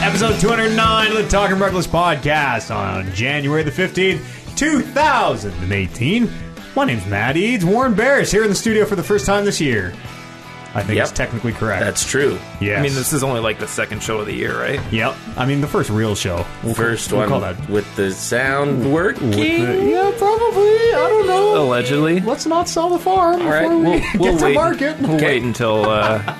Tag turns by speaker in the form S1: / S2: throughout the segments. S1: episode 209 of the Talking Reckless podcast on January the 15th, 2018. My name's Matt Eads. Warren Barris here in the studio for the first time this year. I think
S2: Yep.
S1: it's technically correct.
S2: That's true.
S1: yes.
S3: I mean, this is only like the second show of the year, right?
S1: Yep. I mean, the first real show. We'll
S2: First
S1: we'll
S2: one
S1: Call that.
S2: with the sound working.
S1: yeah, probably. I don't know.
S3: Allegedly.
S1: Let's not sell the farm
S2: right,
S1: before we
S3: Oh. We'll, we'll
S1: get
S3: wait.
S1: to market.
S3: We'll wait until uh,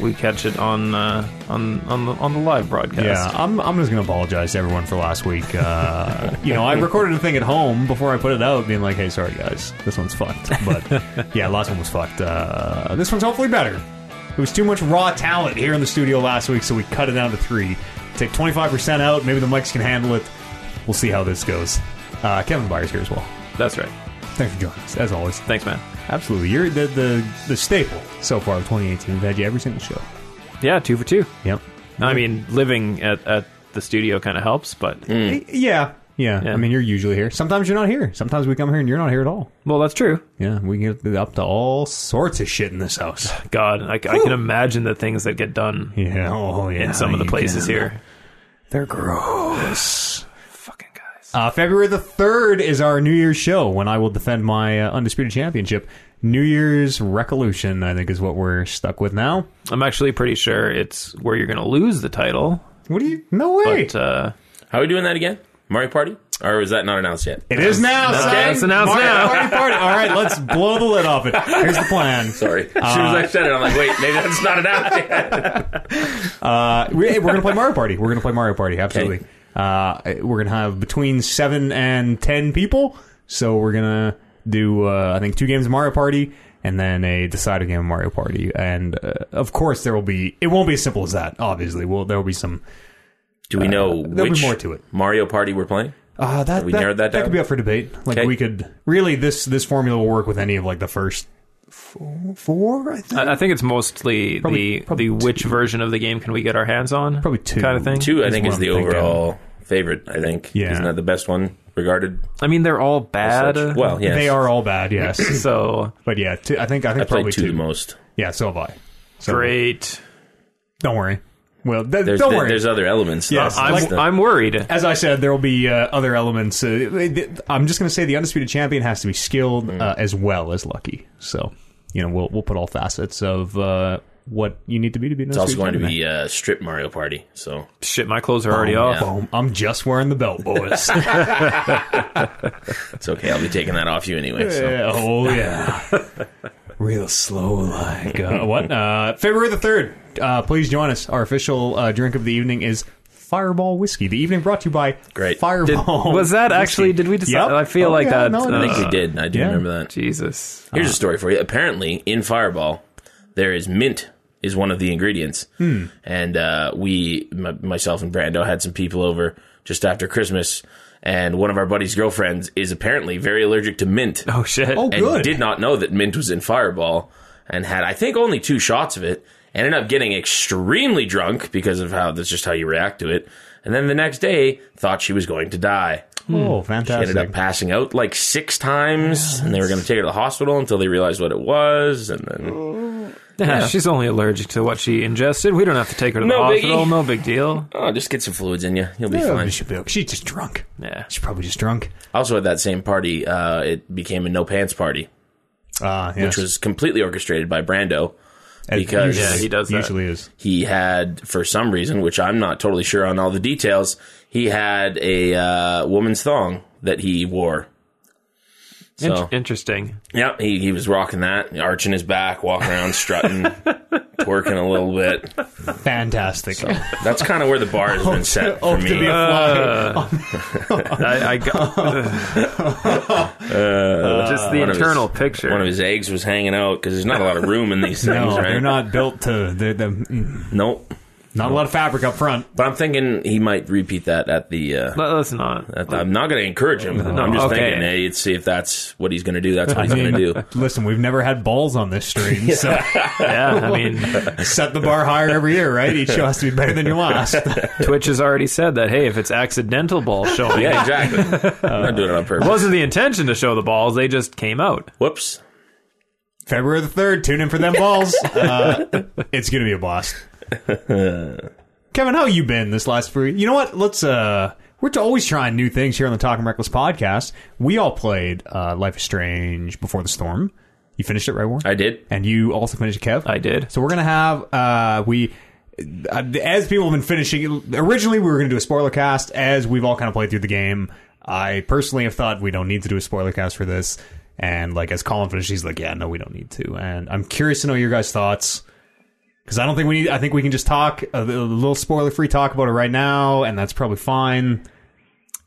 S3: we catch it on uh, on on the, on the live broadcast.
S1: Yeah, I'm, I'm just going to apologize to everyone for last week. Uh, you know, I recorded a thing at home before I put it out, being like, hey, sorry, guys, this one's fucked. But yeah, last one was fucked. Uh, this one's hopefully better. It was too much raw talent here in the studio last week, so we cut it down to three. Take 25% out, maybe the mics can handle it. We'll see how this goes. Uh, Kevin Byers here as well.
S3: that's right.
S1: Thanks for joining us, as always.
S3: Thanks, man.
S1: Absolutely. You're the, the, the staple so far of 2018. We've had you every single show.
S3: Yeah, two for two.
S1: Yep.
S3: I mean, living at, at the studio kind of helps, but
S1: Mm. Yeah, Hmm. yeah.
S3: Yeah.
S1: I mean, you're usually here. Sometimes you're not here. Sometimes we come here and you're not here at all.
S3: well, that's true.
S1: Yeah, we get up to all sorts of shit in this house.
S3: God, I, I can imagine the things that get done
S1: Yeah, oh yeah.
S3: in some of the
S1: you
S3: places
S1: can.
S3: here.
S1: they're gross.
S3: Fucking guys.
S1: Uh, February the third is our New Year's show when I will defend my uh, undisputed championship. New Year's Recollution, I think, is what we're stuck with now.
S3: I'm actually pretty sure it's where you're going to lose the title,
S1: What do you? No way.
S3: but uh,
S2: How are we doing that again? Mario Party? Or is that not announced yet?
S1: it is now. son.
S3: that's announced
S1: Party,
S3: now.
S1: Party, party. All right, let's blow the lid off it. Here's the plan.
S2: Sorry. As soon as I said it, I'm like, wait, maybe that's not announced yet.
S1: Uh, we, hey, we're gonna play Mario Party. We're gonna play Mario Party. Absolutely.
S2: Okay.
S1: Uh, we're gonna have between seven and ten people. So we're gonna do uh, I think two games of Mario Party and then a decided game of Mario Party. And uh, of course, there will be. It won't be as simple as that. Obviously, well, there will be some.
S2: Do we know
S1: there'll be
S2: which
S1: more to it.
S2: Mario Party we're playing?
S1: Uh, that
S2: we
S1: that,
S2: narrowed that down?
S1: could be up for debate. Like
S2: Okay.
S1: we could really this this formula will work with any of like the first four, four I think
S3: I I think it's mostly
S1: Probably-
S3: the
S1: probably
S3: the which version of the game can we get our hands on?
S1: Probably two.
S3: kind of thing.
S2: Two, I
S1: That's
S2: think,
S1: what
S2: is
S1: I'm
S2: the
S1: thinking.
S2: overall favorite, I think.
S1: Yeah.
S2: Isn't that the best one regarded?
S3: I mean, they're all bad.
S2: Such- well, Oh, yes.
S1: they are all bad. Yes,
S3: So
S1: but yeah, two, I think I think
S2: I played
S1: probably
S2: two, the most.
S1: Yeah, so have I. So,
S3: great.
S1: Don't worry. Well, th-
S2: There's,
S1: don't
S2: th-
S1: worry.
S2: there's other elements.
S1: Yes.
S2: That's
S3: I'm
S1: Like
S2: the-
S3: I'm worried.
S1: As I said, there will be uh, other elements. Uh, th- I'm just going to say the undisputed champion has to be skilled
S2: Mm.
S1: uh, as well as lucky. So, you know, we'll we'll put all facets of uh, what you need to be to be.
S2: it's also going to be uh, Strip Mario Party, so.
S3: Shit, my clothes are already
S2: Oh,
S3: off.
S2: yeah.
S1: Boom! I'm just wearing the belt, boys.
S2: It's okay. I'll be taking that off you anyway. So.
S1: Yeah, oh yeah, real slow like. Uh, what? Uh, February the third. Uh, please join us. Our official uh, drink of the evening is Fireball whiskey. The evening brought to you by
S2: Great.
S3: Did-
S1: Fireball.
S3: was that
S1: Whiskey.
S3: actually? Did we decide?
S1: Yep.
S3: I feel
S1: Oh,
S3: like
S1: yeah,
S3: that.
S1: no, I
S2: I
S1: think
S2: think
S3: uh,
S2: we did. I do
S1: yeah.
S2: remember that.
S3: Jesus.
S2: Here's a story for you. Apparently, in Fireball, there is mint is one of the ingredients,
S3: Hmm.
S2: and uh, we, m- myself and Brando, had some people over just after Christmas, and one of our buddy's girlfriends is apparently very allergic to mint,
S3: Oh shit.
S1: Oh,
S2: and
S1: good.
S2: did not know that mint was in Fireball, and had I think only two shots of it, ended up getting extremely drunk because of how that's just how you react to it, and then the next day thought she was going to die.
S1: Oh,
S2: She
S1: fantastic!
S2: ended Mm. up passing out like six times, and they were going to take her to the hospital until they realized what it was, and
S1: Mm.
S2: then
S3: yeah, she's only allergic to what she ingested. We don't have to take her to
S2: No
S3: the hospital.
S2: biggie.
S3: No big deal.
S2: oh, just get some fluids in you, you'll be
S1: Yeah,
S2: fine.
S1: but she'll be okay. She's just drunk.
S3: Yeah.
S1: She's probably just drunk.
S2: Also, at that same party, uh, it became a no pants party,
S1: Uh, yes.
S2: which was completely orchestrated by Brando because
S1: usually,
S3: Yeah, he does that.
S1: Usually is.
S2: he had, for some reason, which I'm not totally sure on all the details, he had a uh, woman's thong that he wore.
S3: In-
S2: So,
S3: interesting.
S2: yeah, he, he was rocking that, arching his back, walking around, strutting, twerking a little bit.
S1: Fantastic.
S2: That's kind of where the bar has been set for
S1: Oh, to be
S2: me.
S1: a fly.
S3: Uh, I, I got uh, just the
S2: Uh, one of his-
S3: internal picture.
S2: One of his eggs was hanging out because there's not a lot of room in these things,
S1: no,
S2: right?
S1: they're not built to. They're, they're, mm,
S2: Nope.
S1: not a lot of fabric up front.
S2: But I'm thinking he might repeat that at the. Uh,
S3: Let- Let's not.
S2: at the- I'm not going to encourage him. I'm just
S3: okay.
S2: thinking, hey, let's see if that's what he's going to do. That's what he's going
S1: mean,
S2: to do.
S1: Listen, we've never had balls on this stream, so
S3: Yeah, I mean,
S1: set the bar higher every year, right? Each show has to be better than your last.
S3: Twitch has already said that. Hey, if it's accidental ball showing,
S2: Yeah, exactly. I'm not doing it on
S3: it
S2: purpose.
S3: wasn't the intention to show the balls. They just came out.
S2: Whoops.
S1: February the 3rd, tune in for them balls. Uh, it's going to be a blast. Kevin, how you been this last free? You know what? Let's uh we're t- always trying new things here on the Talking Reckless podcast. We all played uh Life is Strange Before the Storm. You finished it, right, Warren?
S2: I did.
S1: and you also finished it, Kev.
S3: I did.
S1: So we're gonna have uh we. uh, As people have been finishing, originally we were going to do a spoiler cast. As we've all kind of played through the game, I personally have thought we don't need to do a spoiler cast for this. And like as Colin finished, he's like, "Yeah, no, we don't need to." And I'm curious to know your guys' thoughts because I don't think we need. I think we can just talk a, li- a little spoiler free talk about it right now, and that's probably fine.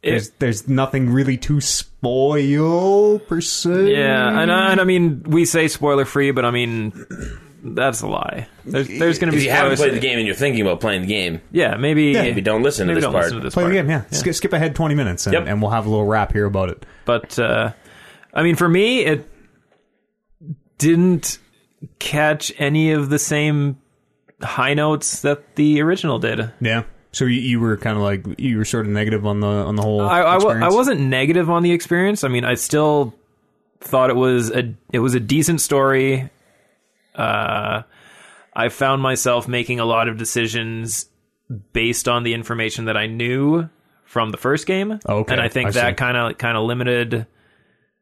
S1: There's there's nothing really to spoil per se.
S3: Yeah, and I, and I mean, we say spoiler free, but I mean, that's a lie. There's, there's going to
S2: If
S3: be
S2: you haven't
S3: spoilers.
S2: played the game and you're thinking about playing the game,
S3: Yeah, maybe.
S2: maybe don't listen to
S3: maybe
S2: this
S3: don't
S2: part.
S3: listen to this
S1: Play
S3: part.
S1: the game, yeah. Skip, skip ahead 20 minutes, and,
S2: Yep.
S1: and we'll have a little wrap here about it.
S3: But uh, I mean, for me, it didn't catch any of the same high notes that the original did.
S1: Yeah. So you, you were kind of like you were sort of negative on the on the whole.
S3: I, I, wa- I
S1: experience?
S3: wasn't negative on the experience. I mean, I still thought it was a it was a decent story. Uh, I found myself making a lot of decisions based on the information that I knew from the first game.
S1: Okay,
S3: and I think
S1: I see.
S3: that kind of kind of limited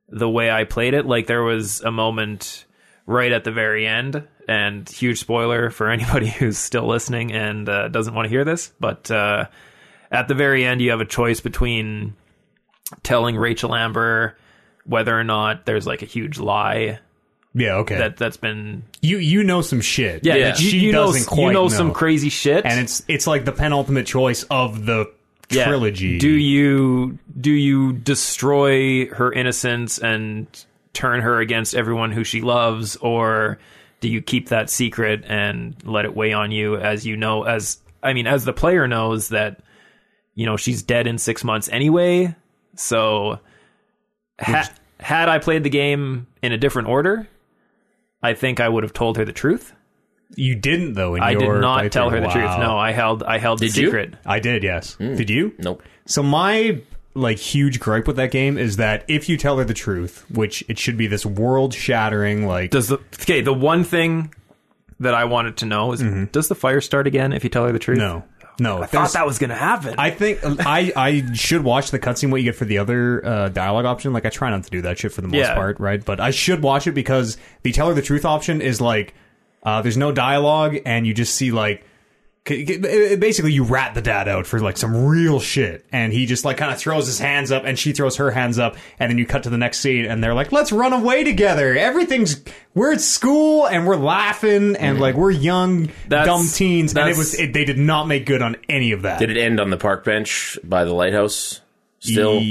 S3: the way I played it. Like there was a moment right at the very end, and huge spoiler for anybody who's still listening and uh, doesn't want to hear this, but. Uh, at the very end, you have a choice between telling Rachel Amber whether or not there's like a huge lie
S1: Yeah. Okay.
S3: that that's been
S1: you you know some shit.
S3: yeah,
S1: that
S3: you,
S1: she
S3: you know
S1: doesn't quite
S3: you know, some crazy shit
S1: and it's it's like the penultimate choice of the
S3: Yeah.
S1: trilogy.
S3: Do you do you destroy her innocence and turn her against everyone who she loves, or do you keep that secret and let it weigh on you as you know as I mean as the player knows that you know she's dead in six months anyway, so ha- had I played the game in a different order, I think I would have told her the truth.
S1: you didn't though? In
S3: I did
S1: your
S3: not tell
S1: playthrough.
S3: her the truth.
S1: Wow.
S3: No, Hmm. I held I held
S2: Did
S3: the
S2: you?
S3: secret.
S1: I did. Yes. Did you?
S2: Nope.
S1: So my like huge gripe with that game is that if you tell her the truth, which it should be this world shattering like
S3: Does the okay? The one thing that I wanted to know is, does the fire start again if you tell her the truth?
S1: Mm-hmm. no no
S3: I thought that was gonna happen.
S1: I think I I should watch the cutscene what you get for the other uh, dialogue option. Like I try not to do that shit for the most
S3: Yeah.
S1: part, right? But I should watch it because the tell her the truth option is like uh, there's no dialogue and you just see like c- c- basically you rat the dad out for like some real shit and he just like kind of throws his hands up and she throws her hands up and then you cut to the next scene and they're like let's run away together everything's we're at school and we're laughing and like we're young
S3: Mm. That's-
S1: dumb teens and it
S3: that's-
S1: was it, they did not make good on any of that
S2: Did it end on the park bench by the lighthouse? Still,
S1: Y-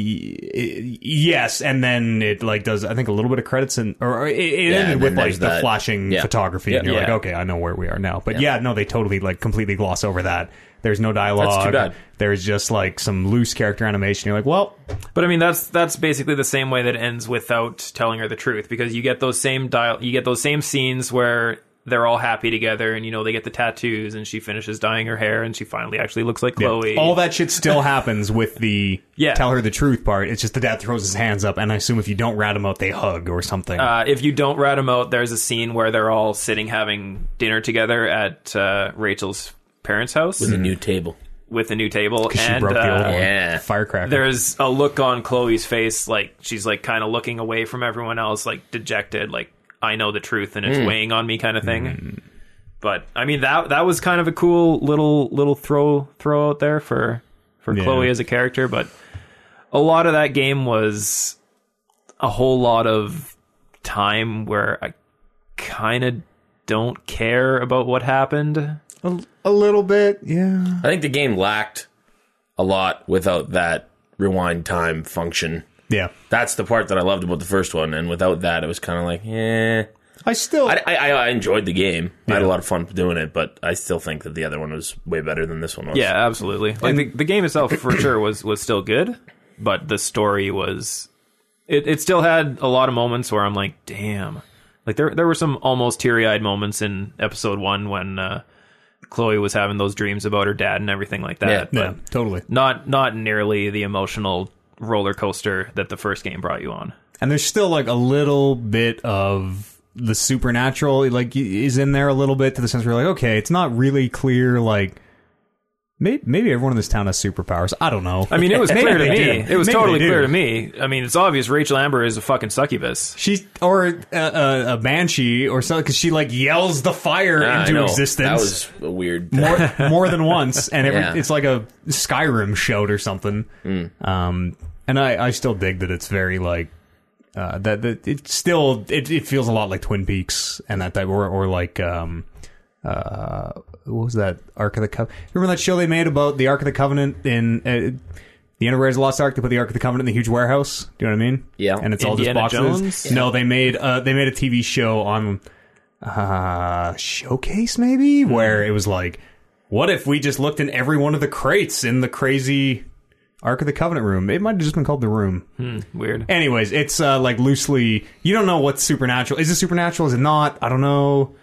S1: yes and then it like does i think a little bit of credits and or it, it ended
S2: and
S1: with
S2: then
S1: like
S2: there's
S1: the
S2: that.
S1: flashing
S2: Yeah.
S1: photography and
S2: Yeah.
S1: you're like
S3: Yeah.
S1: okay i know where we are now but yeah. no they totally like completely gloss over that there's no dialogue
S2: bad.
S1: there's just like some loose character animation you're like well
S3: but I mean, that's that's basically the same way that it ends without telling her the truth because you get those same dial, you get those same scenes where they're all happy together, and you know they get the tattoos, and she finishes dyeing her hair, and she finally actually looks like
S2: Oh,
S3: Chloe.
S1: all that shit still happens with the
S3: Yeah.
S1: tell her the truth part it's just the dad throws his hands up and i assume if you don't rat him out they hug or something
S3: Uh, if you don't rat them out, there's a scene where they're all sitting having dinner together at uh, Rachel's parents' house
S2: the new table.
S3: with a new table,
S1: she
S3: and
S1: broke the old
S3: uh,
S1: one
S2: yeah.
S1: firecracker
S3: there's a look on Chloe's face like she's like kind of looking away from everyone else like dejected like I know the truth and it's weighing on me kind of thing. But I mean that that was kind of a cool little little throw throw out there for for
S1: Yeah.
S3: Chloe as a character but a lot of that game was a whole lot of time where I kind of don't care about what happened.
S1: a, a little bit yeah
S2: I think the game lacked a lot without that rewind time function.
S1: yeah
S2: That's the part that I loved about the first one, and without that, it was kind of like, eh.
S1: i still
S2: I, I, I enjoyed the game. I had a lot of fun doing it, but I still think that the other one was way better than this one was.
S3: Yeah, absolutely. Like the, the game itself for sure was was still good, but the story was it, it still had a lot of moments where I'm like, damn. Like there there were some almost teary eyed moments in episode one when uh, Chloe was having those dreams about her dad and everything like that.
S2: Yeah,
S3: but
S1: yeah totally
S3: not not nearly the emotional roller coaster that the first game brought you on.
S1: and there's still like a little bit of the supernatural like is in there a little bit to the sense where you're like okay it's not really clear like Maybe, maybe everyone in this town has superpowers. I don't know.
S3: I mean, it was
S1: Maybe
S3: clear to
S1: they
S3: me.
S1: do.
S3: It was
S1: Maybe
S3: totally
S1: they do.
S3: clear to me. I mean, it's obvious Rachel Amber is a fucking succubus.
S1: She's or a, a, a banshee or something because she like yells the fire
S2: Ah, I
S1: into
S2: know.
S1: existence.
S2: That was a weird.
S1: more, more than once, and every,
S2: Yeah. Hmm.
S1: it's like a Skyrim shout or something. Um, and I, I still dig that it's very like uh, that. That it still it, it feels a lot like Twin Peaks and that type, or or like um, uh, what was that Ark of the Covenant? Remember that show they made about the Ark of the Covenant in. Uh, the Enterprise Lost Ark. They put the Ark of the Covenant in the huge warehouse. Do you know what I mean?
S2: Yeah.
S1: And it's
S3: Indiana
S1: all just boxes.
S3: Jones?
S1: No, they made uh, they made a TV show on uh, showcase maybe
S2: Hmm.
S1: where it was like, what if we just looked in every one of the crates in the crazy Ark of the Covenant room? It might have just been called the room.
S2: Hmm.
S3: Weird.
S1: Anyways, it's uh, like loosely. You don't know what's supernatural. Is it supernatural? Is it not? I don't know.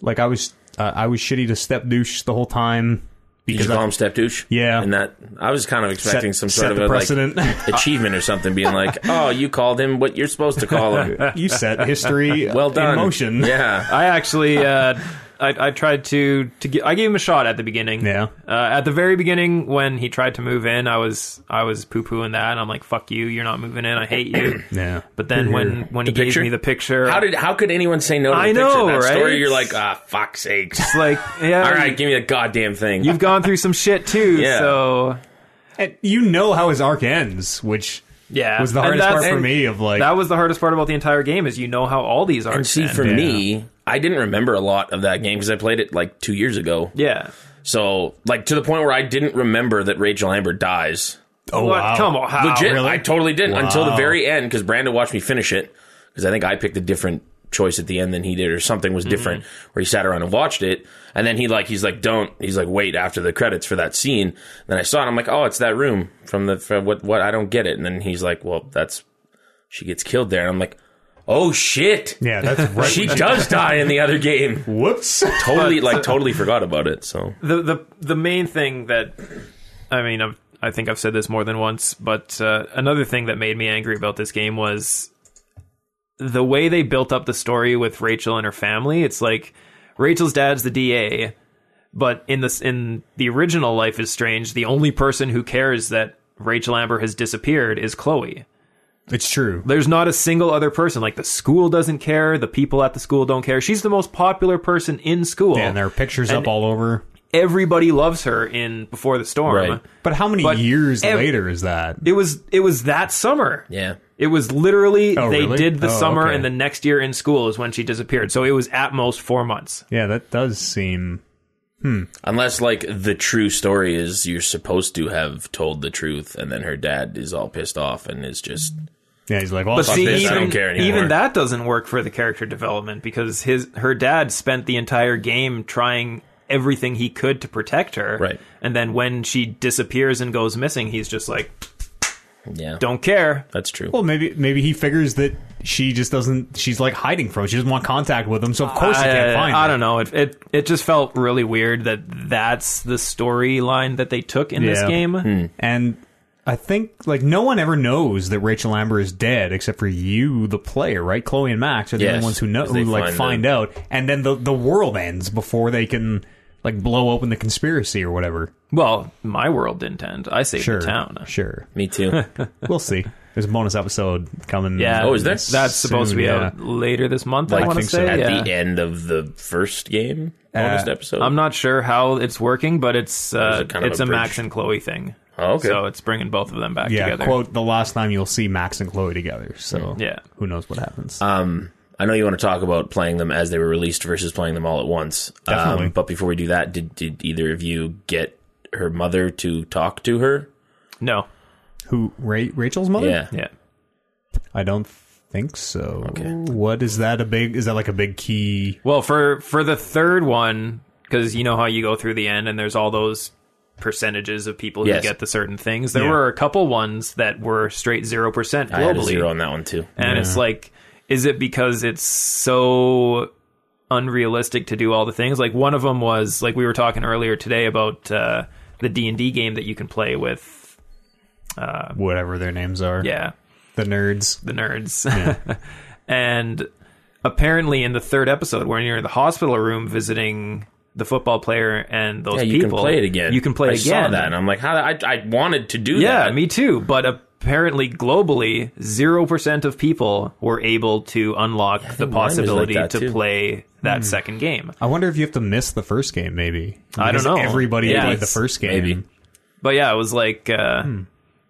S1: Like I was, uh, I was shitty to step douche the whole time
S2: Did you
S1: because
S2: call
S1: I
S2: him step douche?
S1: Yeah.
S2: and that I was kind of expecting
S1: set,
S2: some
S1: set
S2: sort of
S1: the
S2: a, like
S1: precedent.
S2: achievement or something, being like, "Oh, you called him what you're supposed to call him."
S1: you set history.
S2: Well done.
S1: In motion.
S2: Yeah.
S3: I actually, uh, I, I tried to to gi- I gave him a shot at the beginning.
S1: Yeah.
S3: Uh, at the very beginning, when he tried to move in, I was I was poo pooing that. And I'm like, "Fuck you! You're not moving in. I hate you."
S1: Yeah.
S3: But then when when he gave
S2: picture?
S3: me the picture,
S2: How did? How could anyone say no to the
S3: I
S2: picture?
S3: know,
S2: that
S3: right?
S2: story, you're like, ah, fuck's sake.
S3: it's like, yeah,
S2: All right, give me that goddamn thing.
S3: you've gone through some shit too.
S2: Yeah.
S3: So
S1: And you know how his arc ends, which
S3: yeah,
S1: was the
S3: And
S1: hardest part
S3: that's-
S1: for me. Of like,
S3: That was the hardest part about the entire game is you know how all these are.
S2: and see, for
S1: Yeah.
S2: me, I didn't remember a lot of that game because I played it like two years ago.
S3: yeah.
S2: So, like to the point where I didn't remember that Rachel Amber dies.
S1: oh
S3: What?
S1: wow,
S3: Come on, how?
S2: Legit,
S1: really?
S2: I totally didn't until the
S1: Wow.
S2: very end because Brandon watched me finish it because I think I picked a different choice at the end than he did or something was different
S1: Mm-hmm.
S2: where he sat around and watched it and then he like he's like don't he's like wait after the credits for that scene then I saw it I'm like oh it's that room from the from what what I don't get it and then he's like well that's she gets killed there and I'm like oh shit
S1: Yeah, that's right.
S2: she does die in the other game
S1: Whoops.
S2: totally like totally forgot about it so
S3: the the the main thing that I mean I've, I think I've said this more than once, but uh, another thing that made me angry about this game was the way they built up the story with Rachel and her family. It's like Rachel's dad's the DA, but in this in the original Life is Strange, the only person who cares that Rachel Amber has disappeared is Chloe.
S1: It's true.
S3: There's not a single other person. Like the school doesn't care, the people at the school don't care. She's the most popular person in school.
S1: and there are pictures
S3: And
S1: up all over.
S3: everybody loves her in Before the Storm.
S2: Right.
S1: But how many
S3: But
S1: years
S3: ev-
S1: later is that?
S3: It was it was that summer.
S2: yeah
S3: It was literally
S1: Oh,
S3: they
S1: really?
S3: did the
S1: Oh,
S3: summer
S1: okay.
S3: and the next year in school is when she disappeared. So it was at most 4 months.
S1: Yeah, that does seem.
S2: Unless like the true story is you're supposed to have told the truth, and then her dad is all pissed off and is just
S1: Yeah, he's like, well,
S3: But
S1: fuck
S3: see,
S1: this.
S2: I
S3: even,
S2: don't care anymore.
S3: even that doesn't work for the character development because his her dad spent the entire game trying everything he could to protect her.
S2: Right.
S3: And then when she disappears and goes missing, he's just like,
S2: yeah.
S3: "Don't care."
S2: That's true.
S1: well, maybe maybe he figures that she just doesn't. She's like hiding from. Him. She doesn't want contact with him. So of course he can't
S3: I-
S1: find.
S3: I
S1: her.
S3: don't know. It, it it just felt really weird that that's the storyline that they took in this
S1: Yeah. Hmm.
S3: game.
S1: And I think like no one ever knows that Rachel Amber is dead except for you, the player, right? Chloe and Max are the
S2: Yes,
S1: only ones who know
S2: 'cause they
S1: who like
S2: find
S1: find out, and then the the world ends before they can like blow open the conspiracy or whatever.
S3: Well, my world didn't end. I saved
S1: Sure,
S3: the town.
S1: sure.
S2: Me too.
S1: We'll see. There's a bonus episode coming.
S3: Yeah.
S2: Oh, is there?
S3: That's supposed
S1: soon,
S3: to be
S1: yeah.
S3: out later this month.
S2: Like,
S3: I want to
S1: think so.
S3: say.
S2: At
S3: yeah.
S2: the end of the first game, bonus episode.
S3: I'm not sure how it's working, but it's
S2: Or is
S3: uh,
S2: it kind of
S3: it's
S2: a
S3: a, Max
S2: bridge?
S3: and Chloe thing.
S2: Oh, okay.
S3: So it's bringing both of them back
S1: Yeah,
S3: together. Hmm.
S1: quote the last time you'll see Max and Chloe together. So
S3: Yeah.
S1: who knows what happens?
S2: um, I know you want to talk about playing them as they were released versus playing them all at once.
S1: Definitely.
S2: Um, but before we do that, did did either of you get her mother to talk to her?
S3: No.
S1: who Ra- Rachel's mother?
S2: Yeah.
S3: Yeah.
S1: I don't think so. Okay. What is that? A big? Is that like a big key?
S3: Well, for for the third one, because you know how you go through the end, and there's all those percentages of people who
S2: Yes.
S3: get the certain things. There
S1: Yeah.
S3: were a couple ones that were straight zero percent
S2: I had a
S3: globally,
S2: zero on that one too.
S3: and it's like, is it because it's so unrealistic to do all the things? Like one of them was like we were talking earlier today about uh, the D and D game that you can play with.
S1: Whatever their names are.
S3: Yeah,
S1: The nerds.
S3: the nerds. and apparently, in the third episode, when you're in the hospital room visiting the football player and those
S2: Yeah, you
S3: people.
S2: can play it again.
S3: You can play
S2: I
S3: it again.
S2: saw that, and I'm like, how? I, I wanted to do
S3: yeah,
S2: that.
S3: me too. But apparently, globally, zero percent of people were able to unlock the
S2: think mine was like
S3: possibility
S2: that,
S3: to
S2: too. Hmm.
S3: play that second game.
S1: I wonder if you have to miss the first game, maybe.
S3: I don't
S1: Because
S3: know.
S1: Everybody
S3: Yeah,
S1: played the
S3: it's-
S1: first game.
S2: maybe.
S3: But yeah, it was like, uh,
S2: Hmm.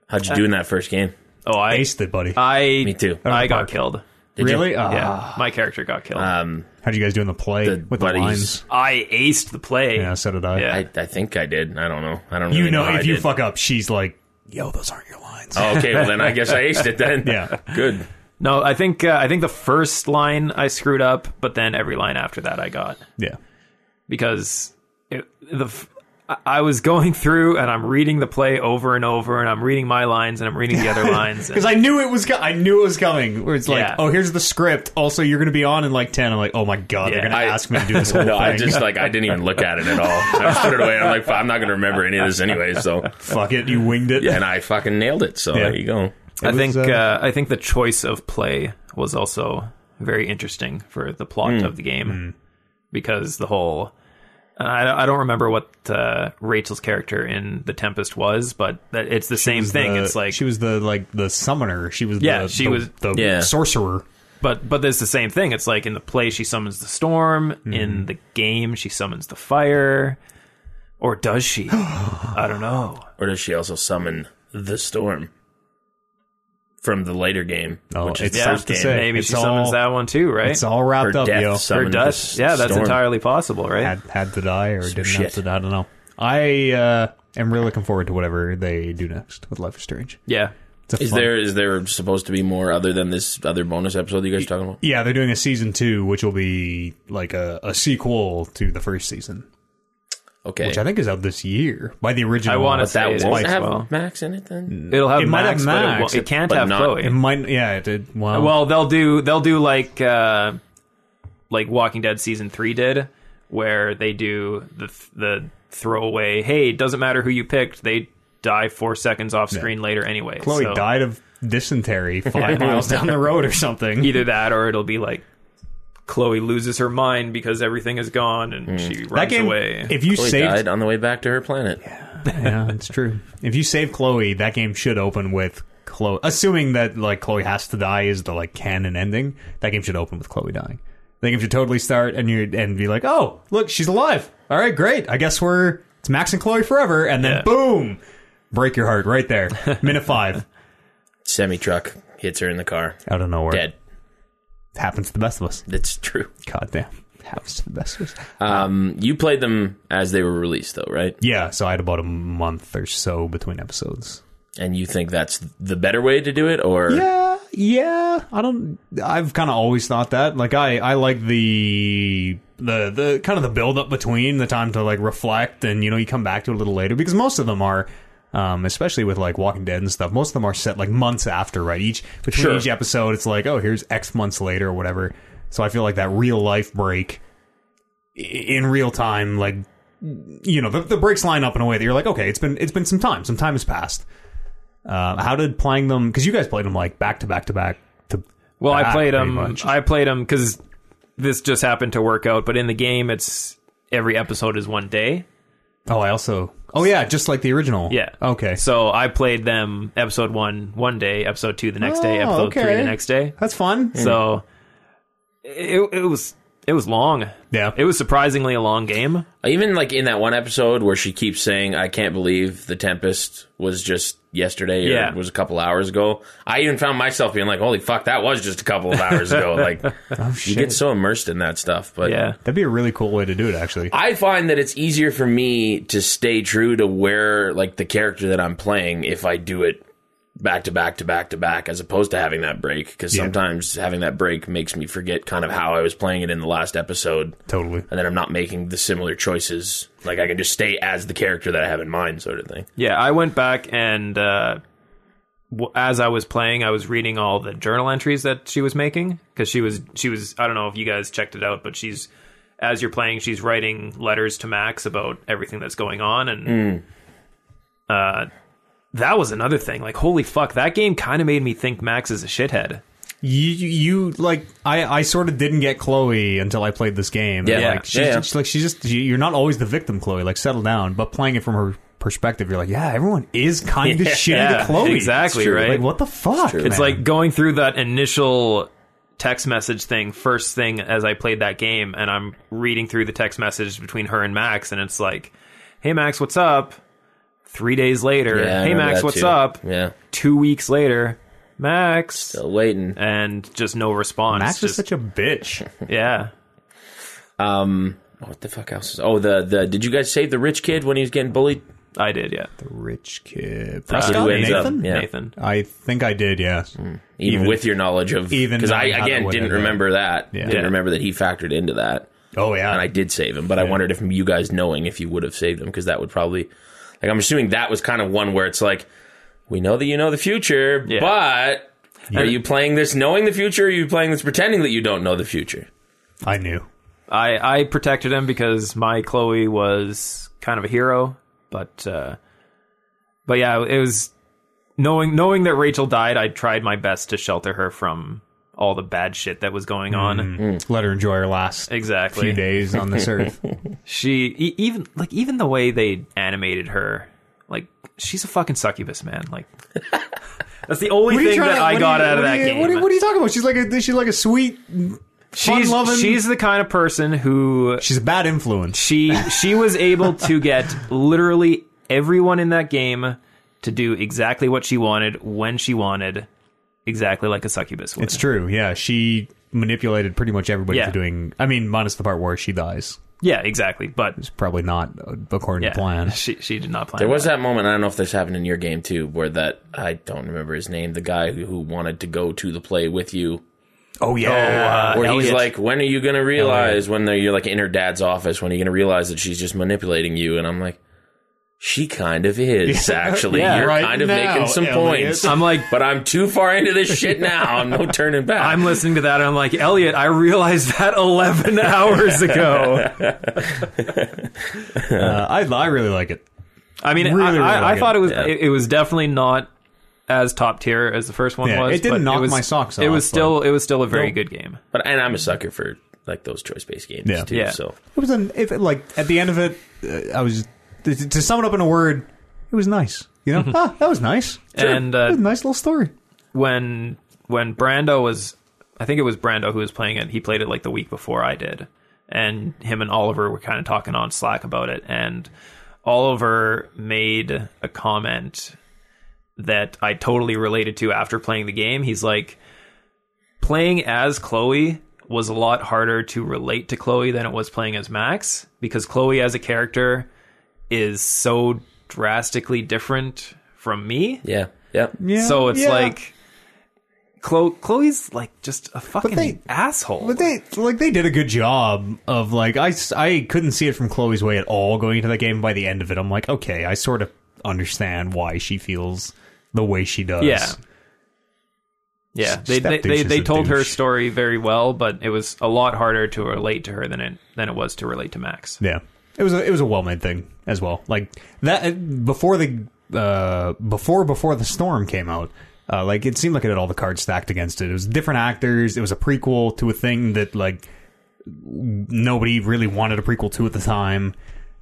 S2: How'd you do in that first game?
S3: oh, I,
S1: Aced it, buddy.
S3: I,
S2: Me too.
S3: I
S1: the
S3: got
S1: park.
S3: killed.
S2: Did you?
S1: Uh, really? Ah,
S3: yeah, my character got killed.
S2: Um,
S1: How'd you guys do in the play
S2: The
S1: with the
S2: buddies.
S1: lines?
S3: I aced the play.
S1: Yeah, so did I.
S3: Yeah.
S2: I, I think I did. I don't know. I don't.
S1: You
S2: really
S1: know,
S2: how I
S1: if you
S2: did.
S1: fuck up, she's like, "Yo, those aren't your lines."
S2: Oh, okay, well then I guess I aced it then.
S1: Yeah.
S2: Good.
S3: No, I think uh, I think the first line I screwed up, but then every line after that I got
S1: Yeah.
S3: because it, the f- I- I was going through and I'm reading the play over and over, and I'm reading my lines and I'm reading the other lines. and-
S1: Because I knew it was, co- I knew it was coming. Where it's like,
S3: Yeah.
S1: oh, here's the script. Also, you're going to be on in like ten. I'm like, oh my god,
S3: Yeah.
S1: they're going to
S2: I-
S1: ask me to do this whole
S2: No,
S1: thing.
S2: I just like I didn't even look at it at all. I just put it away. And I'm like, I'm not going to remember any of this anyway. So
S1: Fuck it, you winged it.
S2: yeah, and I fucking nailed it. So
S1: Yeah.
S2: there you go.
S3: I
S1: was,
S3: think
S1: uh,
S3: uh, I think the choice of play was also very interesting for the plot of the game
S1: Hmm.
S3: because the whole and I, I don't remember what uh, Rachel's character in The Tempest was, but that, it's the same
S1: was
S3: thing.
S1: the-
S3: it's like
S1: she was the like the summoner. She was
S3: Yeah,
S1: the,
S3: she
S1: the-
S3: was-
S1: the
S2: Yeah.
S1: sorcerer.
S3: but but there's the same thing. It's like in the play she summons the storm,
S1: Mm-hmm.
S3: in the game she summons the fire, or does she? I don't know.
S2: Or does she also summon the storm from the later game,
S1: Oh,
S2: which is
S1: it's
S2: the
S1: tough
S2: first
S1: to
S2: game?
S1: say.
S3: Maybe
S1: It's
S3: she summons
S1: all-
S3: that one too, right?
S1: It's all
S2: Her
S1: wrapped up,
S2: death
S1: yo.
S3: or
S2: summoned
S3: does
S2: the
S3: yeah? That's
S2: storm.
S3: entirely possible, right?
S1: had had to die or didn't
S2: shit.
S1: have to die. I don't know. I uh, am really looking forward to whatever they do next with Life is Strange.
S3: yeah.
S1: It's a
S2: Is
S1: fun-
S2: there is there supposed to be more other than this other bonus episode you guys are talking about?
S1: Yeah, they're doing a season two, which will be like a, a sequel to the first season,
S2: Okay,
S1: which I think is out this year by the original.
S3: I want to
S1: But
S3: say
S2: that
S3: it
S2: won't
S3: as
S2: have
S3: well.
S2: Max in it then.
S3: It'll have
S1: It might
S3: Max,
S1: have
S3: but it
S1: Max,
S3: won't- it, can't
S2: but
S3: have
S2: not-
S1: It
S3: Chloe.
S1: might, yeah, it did. Wow.
S3: Well, they'll do they'll do like uh, like Walking Dead season three did, where they do the th- the throwaway. Hey, it doesn't matter who you picked; they die four seconds off screen later anyway.
S1: Chloe
S3: so
S1: died of dysentery five miles down the road or something.
S3: Either that, or it'll be like Chloe loses her mind because everything is gone and she
S1: Mm. that
S3: runs
S1: game,
S3: away.
S1: if you
S2: Chloe
S1: saved,
S2: died on the way back to her planet.
S1: yeah, it's true. If you save Chloe, that game should open with Chloe. Assuming that like Chloe has to die is the like canon ending. That game should open with Chloe dying. That game should totally start and you and be like, oh, look, she's alive. All right, great. I guess we're it's Max and Chloe forever. And then
S3: Yeah.
S1: boom, break your heart right there. Minute five,
S2: Semi truck hits her in the car.
S1: out of nowhere.
S2: Dead.
S1: Happens to the best of us.
S2: That's true.
S1: God damn, happens to the best of us.
S2: Um, you played them as they were released, though, right?
S1: Yeah, so I had about a month or so between episodes.
S2: And you think that's the better way to do it, or
S1: Yeah, yeah. I don't. I've kind of always thought that. Like, I I like the the the kind of the build up between the time to like reflect, and you know, you come back to it a little later because most of them are. Um, especially with like Walking Dead and stuff, most of them are set like months after, right? Each between
S2: Sure.
S1: each episode, it's like, oh, here's X months later or whatever. So I feel like that real life break i- in real time, like you know, the, the breaks line up in a way that you're like, okay, it's been it's been some time, some time has passed. Uh, how did playing them? Because you guys played them like back to back to back to.
S3: Well, I
S1: back,
S3: played
S1: pretty
S3: them.
S1: much.
S3: I played them because this just happened to work out. But in the game, it's every episode is one day.
S1: Oh, I also. Oh yeah, just like the original.
S3: Yeah.
S1: Okay.
S3: So I played them episode one one day, episode two the next day,
S1: Oh,
S3: episode three
S1: okay. Hmm.
S3: the next day.
S1: That's fun.
S3: So it it was it was long.
S1: Yeah.
S3: It was surprisingly a long game.
S2: even like in that one episode where she keeps saying, "I can't believe the Tempest was just yesterday, or
S3: Yeah.
S2: was a couple hours ago." I even found myself being like, "Holy fuck, that was just a couple of hours ago!" like you get so immersed in that stuff, but
S3: Oh, Yeah.
S1: That'd be a really cool way to do it, actually.
S2: I find that it's easier for me to stay true to where like the character that I'm playing if I do it back to back to back to back as opposed to having that break because
S1: Yeah.
S2: sometimes having that break makes me forget kind of how I was playing it in the last episode
S1: totally.
S2: and then I'm not making the similar choices like I can just stay as the character that I have in mind sort of thing.
S3: Yeah, I went back and uh, w- as I was playing, I was reading all the journal entries that she was making because she was she was I don't know if you guys checked it out, but she's as you're playing, she's writing letters to Max about everything that's going on, and uh, that was another thing. Like, holy fuck, that game kind of made me think Max is a shithead.
S1: you, you like I, I sort of didn't get Chloe until I played this game. And,
S2: Yeah.
S1: like she's,
S2: Yeah, yeah.
S1: she's- like she's just you- you're not always the victim, Chloe. Like settle down. But playing it from her perspective, you're like, yeah, everyone is kind of
S2: Yeah,
S1: shit into Chloe.
S3: exactly,
S1: It's true.
S3: right?
S1: Like what the fuck?
S3: It's like going through that initial text message thing first thing as I played that game, and I'm reading through the text message between her and Max, and it's like, "Hey Max, what's up?" Three days
S2: Yeah,
S3: later,
S2: I
S3: "Hey
S2: remember
S3: Max,
S2: that
S3: what's
S2: too.
S3: up?"
S2: Yeah,
S3: Two weeks later, Max,
S2: still waiting.
S3: and just no response.
S1: Max is
S3: just,
S1: such a bitch.
S3: yeah.
S2: Um, what the fuck else? Is, oh, the the did you guys save the rich kid when he was getting bullied?
S3: I did, yeah.
S1: Rich kid.
S2: Kid
S1: Prescott
S2: who ends up-
S1: Nathan.
S2: yeah.
S3: Nathan.
S1: I think I did. Yes.
S2: Even,
S1: Even-
S2: with your knowledge of
S1: even
S2: because I
S1: knowing how
S2: again
S1: that would
S2: didn't
S1: end up.
S2: remember that.
S1: Yeah.
S2: Didn't
S1: Yeah.
S2: remember that he factored into that.
S1: Oh yeah.
S2: and I did save him, but I wondered if you guys knowing if you would have saved him because that would probably like I'm assuming that was kind of one where it's like we know that you know the future,
S3: Yeah.
S2: but are
S3: And-
S2: you playing this knowing the future? Or are you playing this pretending that you don't know the future?
S1: I knew.
S3: I, I protected him because my Chloe was kind of a hero, but uh, but yeah, it was knowing knowing that Rachel died. I tried my best to shelter her from all the bad shit that was going on.
S1: Mm. Let her enjoy her last
S3: Exactly.
S1: few days on this earth.
S3: She e- even like even the way they animated her, like she's a fucking succubus, man. Like that's the only
S1: What are you
S3: thing
S1: trying
S3: that
S1: to-
S3: I
S1: what are
S3: got
S1: you-
S3: out
S1: what
S3: of
S1: are
S3: that
S1: you-
S3: game.
S1: What are, what are you talking about? She's like a she's like a sweet,
S3: she's
S1: fun-loving.
S3: she's the kind of person who
S1: she's a bad influence.
S3: she she was able to get literally everyone in that game to do exactly what she wanted when she wanted exactly like a succubus would
S1: It's true. Yeah, she manipulated pretty much everybody
S3: Yeah.
S1: for doing. I mean, minus the part where she dies.
S3: yeah exactly but
S1: Probably not uh, according
S3: yeah
S1: to plan.
S3: she she did not plan
S2: There was that moment I don't know if this happened in your game too, where that I don't remember his name, the guy who, who wanted to go to the play with you,
S1: Oh yeah,
S3: uh,
S2: where he's
S3: Elliot.
S2: like, "When are you gonna realize when they're, you're like in her dad's office? When are you gonna realize that she's just manipulating you?" And I'm like. She kind of is, actually.
S3: Yeah,
S2: You're
S1: right
S2: kind of
S1: now,
S2: making some
S1: Elliot.
S2: points.
S3: i'm like
S2: but I'm too far into this shit now. I'm no turning back.
S3: i'm listening to that and i'm like elliot i realized that 11 hours ago
S1: Uh, I I really like it.
S3: i mean
S1: Really,
S3: I,
S1: really
S3: I, I
S1: like
S3: thought
S1: it.
S3: it was
S2: Yeah.
S3: it, it was definitely not as top tier as the first one
S1: Yeah,
S3: was
S1: it didn't
S3: but
S1: knock
S3: it was,
S1: my socks
S3: it
S1: off,
S3: was still it was still a very
S1: Nope.
S3: good game
S2: but and I'm a sucker for like those choice based games
S1: Yeah.
S2: too.
S3: Yeah.
S2: So
S1: It was an if it, like at the end of it, uh, I was to, to sum it up in a word. It was nice. You know, ah, that was nice.
S3: And, uh,
S1: That was a nice little story.
S3: when when Brando was I think it was Brando who was playing it. He played it like the week before I did. And him and Oliver were kind of talking on Slack about it and Oliver made a comment that I totally related to after playing the game. He's like playing as Chloe was a lot harder to relate to Chloe than it was playing as Max because Chloe as a character is so drastically different from me.
S2: yeah, yeah.
S1: Yeah,
S3: So it's
S1: yeah.
S3: like Chloe, Chloe's like just a fucking
S1: they-
S3: asshole.
S1: But they like they did a good job of like I, s- I couldn't see it from Chloe's way at all going into that game. By the end of it, I'm like, okay, I sort of understand why she feels the way she does.
S3: yeah. Yeah, they they,
S1: Step
S3: they,
S1: douche is
S3: they
S1: a
S3: told her
S1: douche.
S3: story very well, but it was a lot harder to relate to her than it than it was to relate to Max.
S1: yeah. It was a, it was a well made thing as well. Like that before the uh, before before the storm came out. Uh, like it seemed like it had all the cards stacked against it. It was different actors. It was a prequel to a thing that like nobody really wanted a prequel to at the time,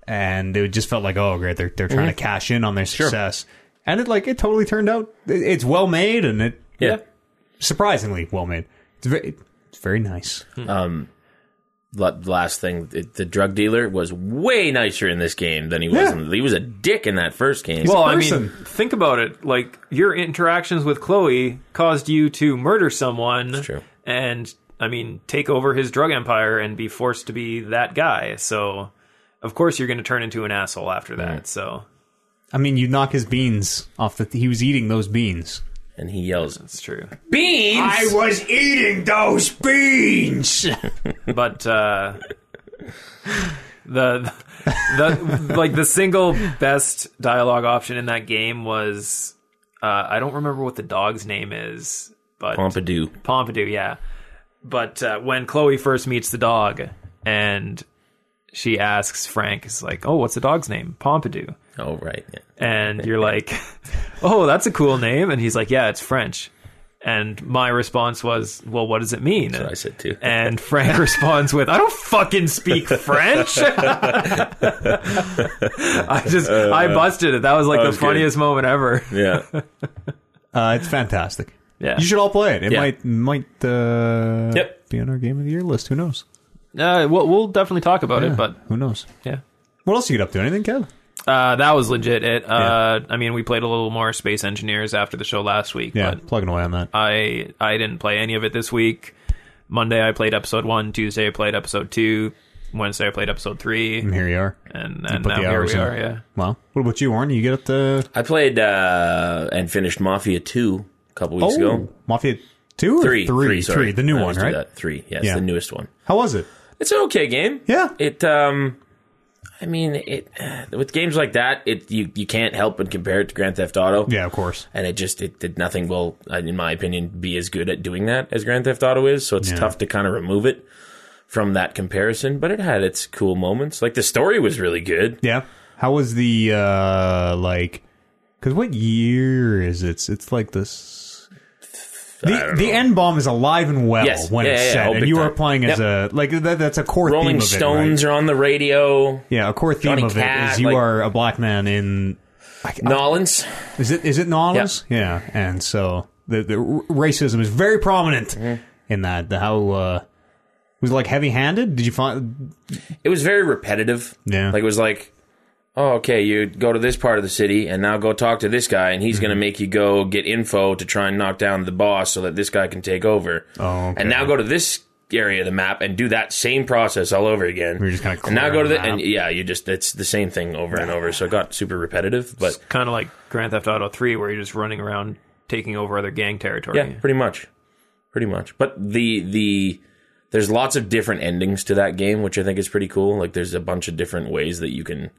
S1: and it just felt like, oh, great, they're they're trying to cash in on their success, and it like it totally turned out. it- It's well made, and it
S2: Yeah.
S1: surprisingly well made. It's very it's very nice.
S2: La- Last thing, it, the drug dealer was way nicer in this game than he was.
S1: Yeah.
S2: In, he was a dick in that first game.
S3: Well, I
S1: person.
S3: mean, think about it. Like your interactions with Chloe caused you to murder someone,
S2: true.
S3: and I mean, take over his drug empire and be forced to be that guy. So, of course, you're going to turn into an asshole after that. So,
S1: I mean, you knock his beans off the. He was eating those beans.
S2: and he yells,
S3: it's true.
S2: "Beans!"
S1: was eating those beans.
S3: but uh, the the like the single best dialogue option in that game was uh, I don't remember what the dog's name is, but
S2: Pompadour.
S3: Pompadour, yeah. But uh, when Chloe first meets the dog and she asks Frank, is like, "Oh, what's the dog's name?" Pompadour,
S2: Oh right. Yeah.
S3: and you're like, "Oh, that's a cool name," and he's like, "Yeah, it's French." And my response was, "Well, what does it mean?"
S2: what I said too.
S3: And Frank responds with, "I don't fucking speak French." I just I busted it. That was like
S2: Uh, that
S3: the
S2: was good.
S3: funniest moment ever.
S2: Yeah.
S1: Uh, it's fantastic.
S3: Yeah.
S1: You should all play it. It
S2: Yeah.
S1: might might uh,
S2: Yep.
S1: be on our game of the year list. Who knows?
S3: Uh, we'll we'll definitely talk about
S1: Yeah,
S3: it, but
S1: who knows?
S3: yeah.
S1: What else you get up to? Anything, Kev?
S3: Uh, that was legit. It. Uh, I mean, we played a little more Space Engineers after the show last week,
S1: Yeah,
S3: but
S1: plugging away on that.
S3: I I didn't play any of it this week. Monday I played episode one. Tuesday I played episode two. Wednesday I played episode three,
S1: and here you are.
S3: and,
S1: You
S3: and
S1: put
S3: now
S1: the
S3: here
S1: hours
S3: we
S1: in.
S3: are. Yeah.
S1: Well, what about you, Warren? You get up to
S2: I played uh, and finished Mafia 2 a couple weeks ago.
S1: Oh, Mafia two or
S2: Three.
S1: three,
S2: sorry.
S1: the new
S2: I
S1: one,
S2: always do
S1: right?
S2: that. Three. Yes,
S1: Yeah.
S2: the newest one.
S1: How was it?
S2: It's an okay game.
S1: Yeah.
S2: It um I mean it with games like that, it you, you can't help but compare it to Grand Theft Auto.
S1: Yeah, of course.
S2: And it just it did nothing will uh, in my opinion be as good at doing that as Grand Theft Auto is, so it's
S1: Yeah.
S2: tough to kind of remove it from that comparison, but it had its cool moments. Like the story was really good.
S1: Yeah. How was the uh like? Because what year is it? It's, it's like this. The,
S2: don't
S1: the
S2: know.
S1: end bomb is alive and well
S2: Yes.
S1: when
S2: Yeah,
S1: it's
S2: yeah, yeah.
S1: set,
S2: Oh,
S1: and
S2: big
S1: you are
S2: time.
S1: playing as a like that, that's a core
S2: Rolling
S1: theme of
S2: Stones
S1: It, right?
S2: are on the radio.
S1: Yeah, a core theme
S2: Johnny
S1: of it
S2: Cash,
S1: is you
S2: like-
S1: are a black man in. I, I-
S2: Nolans.
S1: Is it is it New Orleans? Yeah, and so the the r- racism is very prominent
S2: Mm-hmm.
S1: in that. The how uh, was it like heavy handed? Did you find?
S2: It was very repetitive.
S1: Yeah.
S2: Like it was like, oh, okay, you go to this part of the city and now go talk to this guy and he's going
S1: Mm-hmm.
S2: to make you go get info to try and knock down the boss so that this guy can take over.
S1: Oh, okay.
S2: And now go to this area of the map and do that same process all over again.
S1: You're just kinda
S2: And now
S1: clear
S2: go to
S1: the
S2: the and
S1: map.
S2: yeah, you just it's the same thing over and over. So it got super repetitive, but
S3: Kind of like Grand Theft Auto Three, where you're just running around taking over other gang territory.
S2: Yeah, pretty much, pretty much. But the the there's lots of different endings to that game, which I think is pretty cool. Like there's a bunch of different ways that you can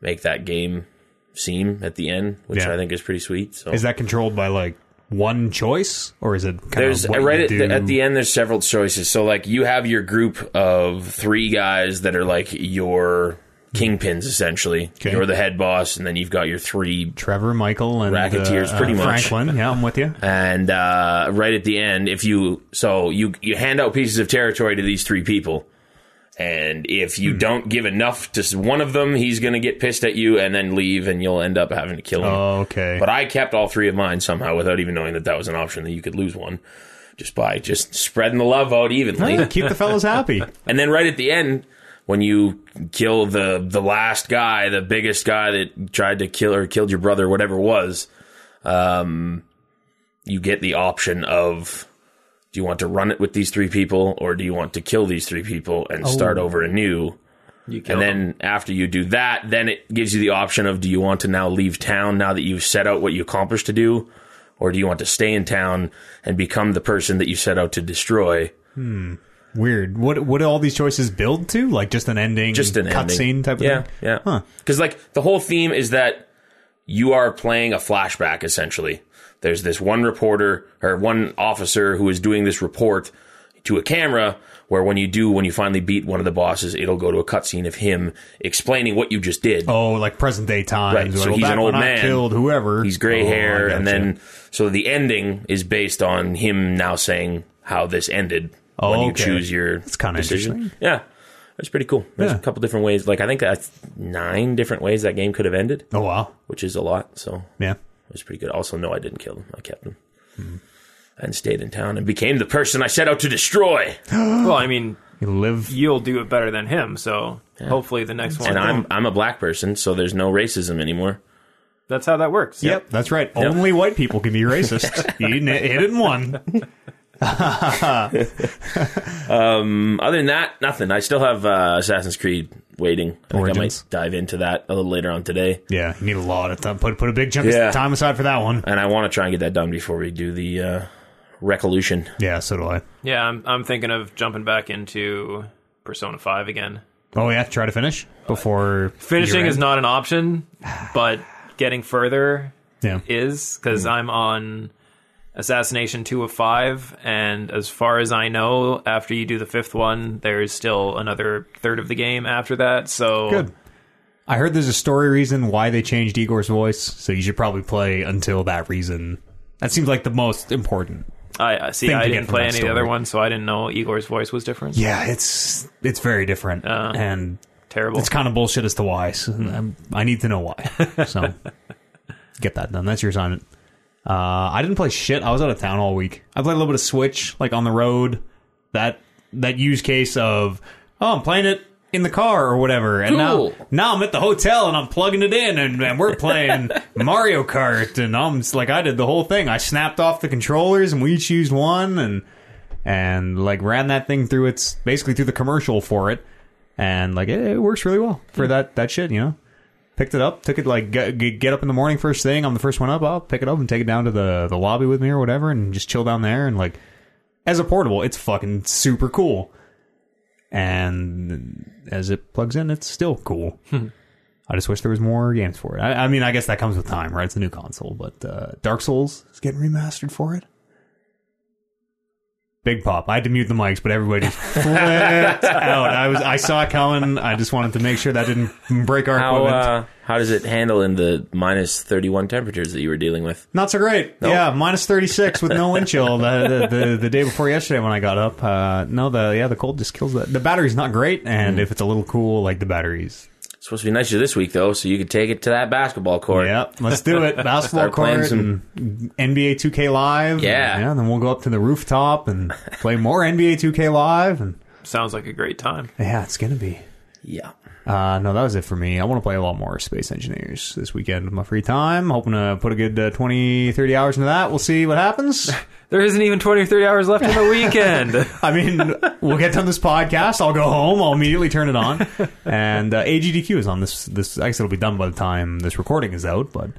S2: make that game seem at the end, which
S1: Yeah.
S2: I think is pretty sweet. So
S1: Is that controlled by like one choice, or is it kind
S2: there's
S1: of what
S2: right
S1: you
S2: at
S1: do?
S2: the, at the end. There's several choices. So like you have your group of three guys that are like your kingpins essentially.
S1: Okay.
S2: You're the head boss, and then you've got your three
S1: Trevor, Michael, and
S2: Racketeers,
S1: uh,
S2: pretty
S1: uh,
S2: much.
S1: Franklin. Yeah, I'm with you.
S2: and uh, right at the end, if you so you you hand out pieces of territory to these three people, and if you don't give enough to s- one of them, he's going to get pissed at you and then leave, and you'll end up having to kill him.
S1: Okay,
S2: But I kept all three of mine somehow without even knowing that that was an option that you could lose one, just by just spreading the love out evenly.
S1: Hey, keep the fellas happy.
S2: And then right at the end, when you kill the the last guy, the biggest guy that tried to kill or killed your brother, whatever it was, um, you get the option of do you want to run it with these three people or do you want to kill these three people and start over anew?
S3: You kill
S2: And then after you do that, then it gives you the option of do you want to now leave town now that you've set out what you accomplished to do, or do you want to stay in town and become the person that you set out to destroy?
S1: Weird. What what do all these choices build to? Like just an ending,
S2: just an ending.
S1: cutscene type of
S2: yeah,
S1: thing.
S2: Yeah,
S1: Huh.
S2: Because like the whole theme is that you are playing a flashback essentially. There's this one reporter or one officer who is doing this report to a camera. Where when you do, when you finally beat one of the bosses, it'll go to a cutscene of him explaining what you just did.
S1: Oh, like present day times.
S2: Right, so
S1: Well,
S2: he's
S1: back
S2: an
S1: when
S2: old
S1: I
S2: man.
S1: Killed whoever.
S2: He's gray
S1: Oh, I
S2: hair, and
S1: gotcha.
S2: then so the ending is based on him now saying how this ended
S1: Oh,
S2: when you
S1: okay.
S2: choose your
S1: That's kinda
S2: decision.
S1: interesting.
S2: Yeah, it's pretty cool. There's
S1: Yeah.
S2: a couple different ways. Like I think that's nine different ways that game could have ended,
S1: oh wow,
S2: which is a lot. So
S1: yeah.
S2: it was pretty good. Also, no, I didn't kill him. I kept him.
S1: Hmm.
S2: And stayed in town and became the person I set out to destroy.
S3: Well, I mean,
S1: You live.
S3: you'll do it better than him. So hopefully the next one.
S2: And I'm I'm a black person, so there's no racism anymore.
S3: That's how that works.
S1: Yep, that's right. Only white people can be racist. you n- hit it in one.
S2: Um, other than that, nothing. I still have uh, Assassin's Creed waiting. I think I might
S1: Origins.
S2: dive into that a little later on today.
S1: Yeah, you need a lot of time. Put put a big chunk
S2: Yeah.
S1: of time aside for that one.
S2: and I want to try and get that done before we do the uh, Recolution.
S1: Yeah, so do I.
S3: Yeah, I'm I'm thinking of jumping back into Persona Five again.
S1: Oh yeah, try to finish before
S3: Finishing
S1: year
S3: is
S1: end.
S3: not an option, but getting further
S1: Yeah,
S3: is
S2: Hmm.
S3: because I'm on Assassination 2 of 5. And as far as I know, after you do the fifth one, there's still another third of the game after that. So
S1: good. I heard there's a story reason why they changed Igor's voice, so you should probably play until that reason That seems like the most important.
S3: I I- see.
S1: Thing
S3: I
S1: to get
S3: didn't
S1: from
S3: play
S1: that
S3: any
S1: story.
S3: other one, so I didn't know Igor's voice was different.
S1: Yeah, it's it's very different,
S3: Uh,
S1: and
S3: Terrible.
S1: it's kind of bullshit as to why. So I'm- I need to know why. So get that done. That's your assignment. Uh, I didn't play shit. I was out of town all week. I played a little bit of Switch, like on the road. That that use case of oh, I'm playing it in the car or whatever, and
S2: Cool.
S1: now now I'm at the hotel and I'm plugging it in, and, and we're playing Mario Kart, and I'm just like I did the whole thing. I snapped off the controllers, and we each used one, and and like ran that thing through its basically through the commercial for it, and like it, it works really well for that that shit, you know picked it up, took it like get, get up in the morning first thing. I'm the first one up. I'll pick it up and take it down to the the lobby with me or whatever, and just chill down there. And like as a portable, it's fucking super cool. And as it plugs in, it's still cool. I just wish there was more games for it. I, I mean, I guess that comes with time, right? It's a new console, but uh, Dark Souls is getting remastered for it. Big pop. I had to mute the mics, but everybody just flipped out. I was, I saw it coming. I just wanted to make sure that didn't break our
S2: How
S1: equipment.
S2: uh, how does it handle in the minus thirty one temperatures that you were dealing with?
S1: Not so great. Yeah, minus thirty six with no wind chill the, the, the the day before yesterday when I got up. Uh, no, the yeah the cold just kills that. The battery's not great, and
S2: Mm.
S1: if it's a little cool, like the batteries.
S2: It's supposed to be nicer this week though, so you could take it to that basketball court.
S1: Yep, let's do it. Basketball
S2: Start playing
S1: court,
S2: some-
S1: and NBA two K live. and-
S2: Yeah.
S1: yeah. And then we'll go up to the rooftop and play more NBA two K live, and
S3: Sounds like a great time.
S1: yeah, it's gonna be.
S2: Yeah.
S1: Uh, no, that was it for me. I want to play a lot more Space Engineers this weekend with my free time. Hoping to put a good uh, 20, 30 hours into that. We'll see what happens.
S3: There isn't even 20 or 30 hours left in the weekend.
S1: I mean, we'll get done this podcast. I'll go home. I'll immediately turn it on. And uh, AGDQ is on this. This I guess it'll be done by the time this recording is out. But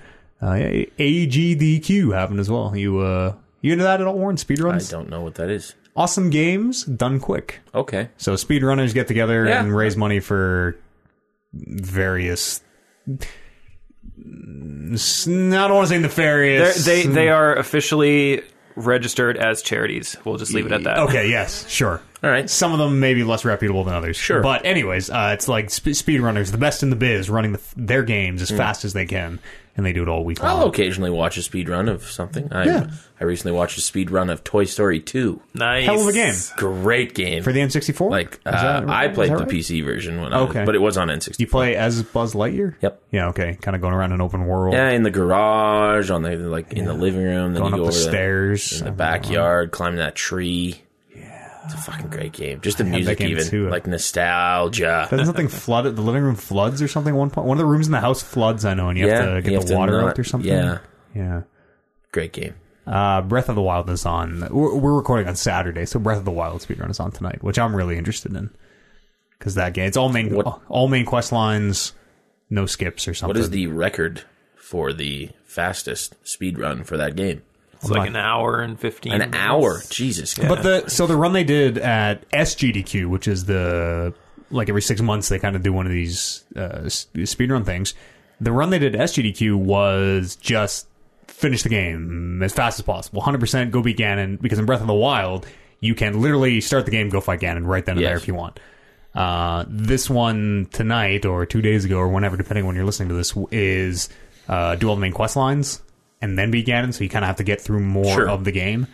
S1: uh, yeah, AGDQ happened as well. You uh, you into that at all, Warren?
S2: I
S1: Speedruns,
S2: don't know what that is.
S1: awesome games done quick.
S2: Okay.
S1: So speedrunners get together
S2: Yeah.
S1: and raise money for various. I don't want to say
S3: They're,
S1: nefarious.
S3: they they are officially registered as charities. We'll just leave it at that.
S1: Okay, yes, sure.
S2: All right.
S1: Some of them may be less reputable than others.
S2: Sure.
S1: But anyways, uh, it's like sp- speedrunners, the best in the biz, running the, their games
S2: Mm.
S1: as fast as they can, and they do it all week long.
S2: I'll occasionally watch a speed run of something. I
S1: Yeah.
S2: I recently watched a speed run of Toy Story 2.
S3: Nice.
S1: Hell of a game
S2: Great game.
S1: for the N64.
S2: like
S1: Is that
S2: uh,
S1: right?
S2: I
S1: Is
S2: played
S1: that
S2: the
S1: right?
S2: PC version when I was-
S1: Okay.
S2: but it was on N64.
S1: You play as Buzz Lightyear.
S2: Yep.
S1: Yeah. Okay. Kind of going around an open world,
S2: Yeah, in the garage, on the like in the living room, then
S1: going
S2: you
S1: up
S2: go
S1: the
S2: over
S1: stairs.
S2: in the backyard, climbing that tree. Yeah, it's a fucking great game. Just the music,
S1: game
S2: even
S1: too.
S2: like nostalgia.
S1: Doesn't something flood? it? The living room floods or something. One point, one of the rooms in the house floods. I know, and you
S2: Yeah,
S1: have to get
S2: you
S1: the
S2: have to
S1: water
S2: not-
S1: out or something.
S2: yeah.
S1: Yeah.
S2: Great game.
S1: Uh, Breath of the Wild is on. We're, we're recording on Saturday, so Breath of the Wild speedrun is on tonight, which I'm really interested in because that game it's all main
S2: What-
S1: all main quest lines, no skips or something.
S2: What is the record for the fastest speed run for that game?
S3: It's like an hour and 15.
S2: An
S3: minutes.
S2: hour. Jesus.
S1: But the so the run they did at SGDQ, which is the like every six months they kind of do one of these uh, s- speedrun things. The run they did at SGDQ was just finish the game as fast as possible, hundred percent, go beat Ganon. Because in Breath of the Wild, you can literally start the game, go fight Ganon right then and there
S2: Yes.
S1: if you want. Uh, this one tonight or two days ago or whenever, depending on when you're listening to this, w- is uh, do all the main quest lines and then beat Ganon. So you kind of have to get through more
S2: Sure.
S1: of the game.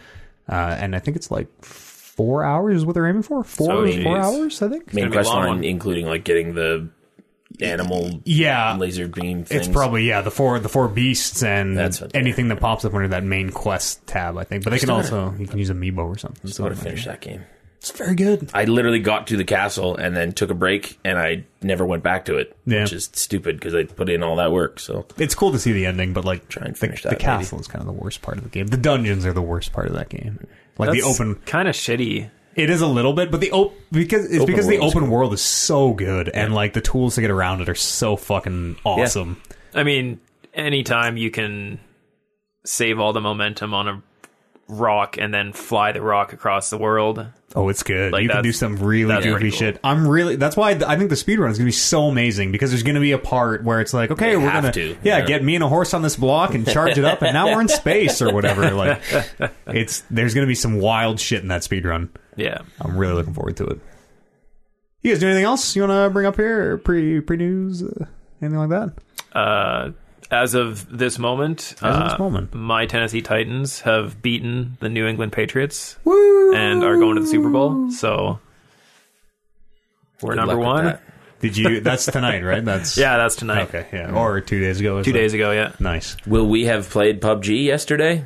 S1: Uh, and I think it's like four hours is what they're aiming for. Four,
S3: So,
S1: four
S3: geez.
S1: hours, I think.
S2: main
S3: gonna be a
S2: quest
S3: long
S2: line,
S3: one.
S2: including like getting the animal
S1: Yeah,
S2: laser beam. Things.
S1: it's probably yeah the four the four beasts and
S2: That's what-
S1: anything that pops up under that main quest tab. I think, but they can also you can use amiibo or something.
S2: I
S1: So
S2: would have finished that game.
S1: it's very good.
S2: I literally got to the castle and then took a break and I never went back to it,
S1: Yeah.
S2: which is stupid because I put in all that work. So
S1: It's cool to see the ending, but like
S2: Try and
S1: the,
S2: finish that,
S1: the castle is kind of the worst part of the game. The dungeons are the worst part of that game. Like
S3: That's
S1: the open,
S3: Kind of shitty.
S1: it is a little bit, but the op- because it's because the
S2: world's
S1: open
S2: cool.
S1: world is so good, and like the tools to get around it are so fucking awesome.
S3: I mean, anytime you can save all the momentum on a rock and then fly the rock across the world.
S1: Oh, it's good.
S3: Like,
S1: you can
S3: that's-
S1: do some really
S3: that's
S1: goofy
S3: pretty cool.
S1: shit. I'm really. That's why I think the speed run is going to be so amazing because there's going to be a part where it's like, okay,
S2: They
S1: we're
S2: have
S1: going
S2: to,
S1: yeah,
S2: yeah.
S1: get me and a horse on this block and charge it up, and now we're in space or whatever. Like, it's there's going to be some wild shit in that speed run.
S3: Yeah.
S1: I'm really looking forward to it. You guys do anything else you want to bring up here? Pre pre news, uh, anything like that?
S3: Uh, as of this moment, uh,
S1: As of this moment.
S3: my Tennessee Titans have beaten the New England Patriots
S1: Woo!
S3: and are going to the Super Bowl. So we're
S2: Good
S3: number
S2: luck with
S3: one.
S2: that.
S1: Did you? That's tonight, right? That's
S3: Yeah, that's tonight.
S1: Okay, yeah, or two days ago.
S3: Two days ago, yeah.
S1: Nice.
S2: Will we have played PUBG yesterday?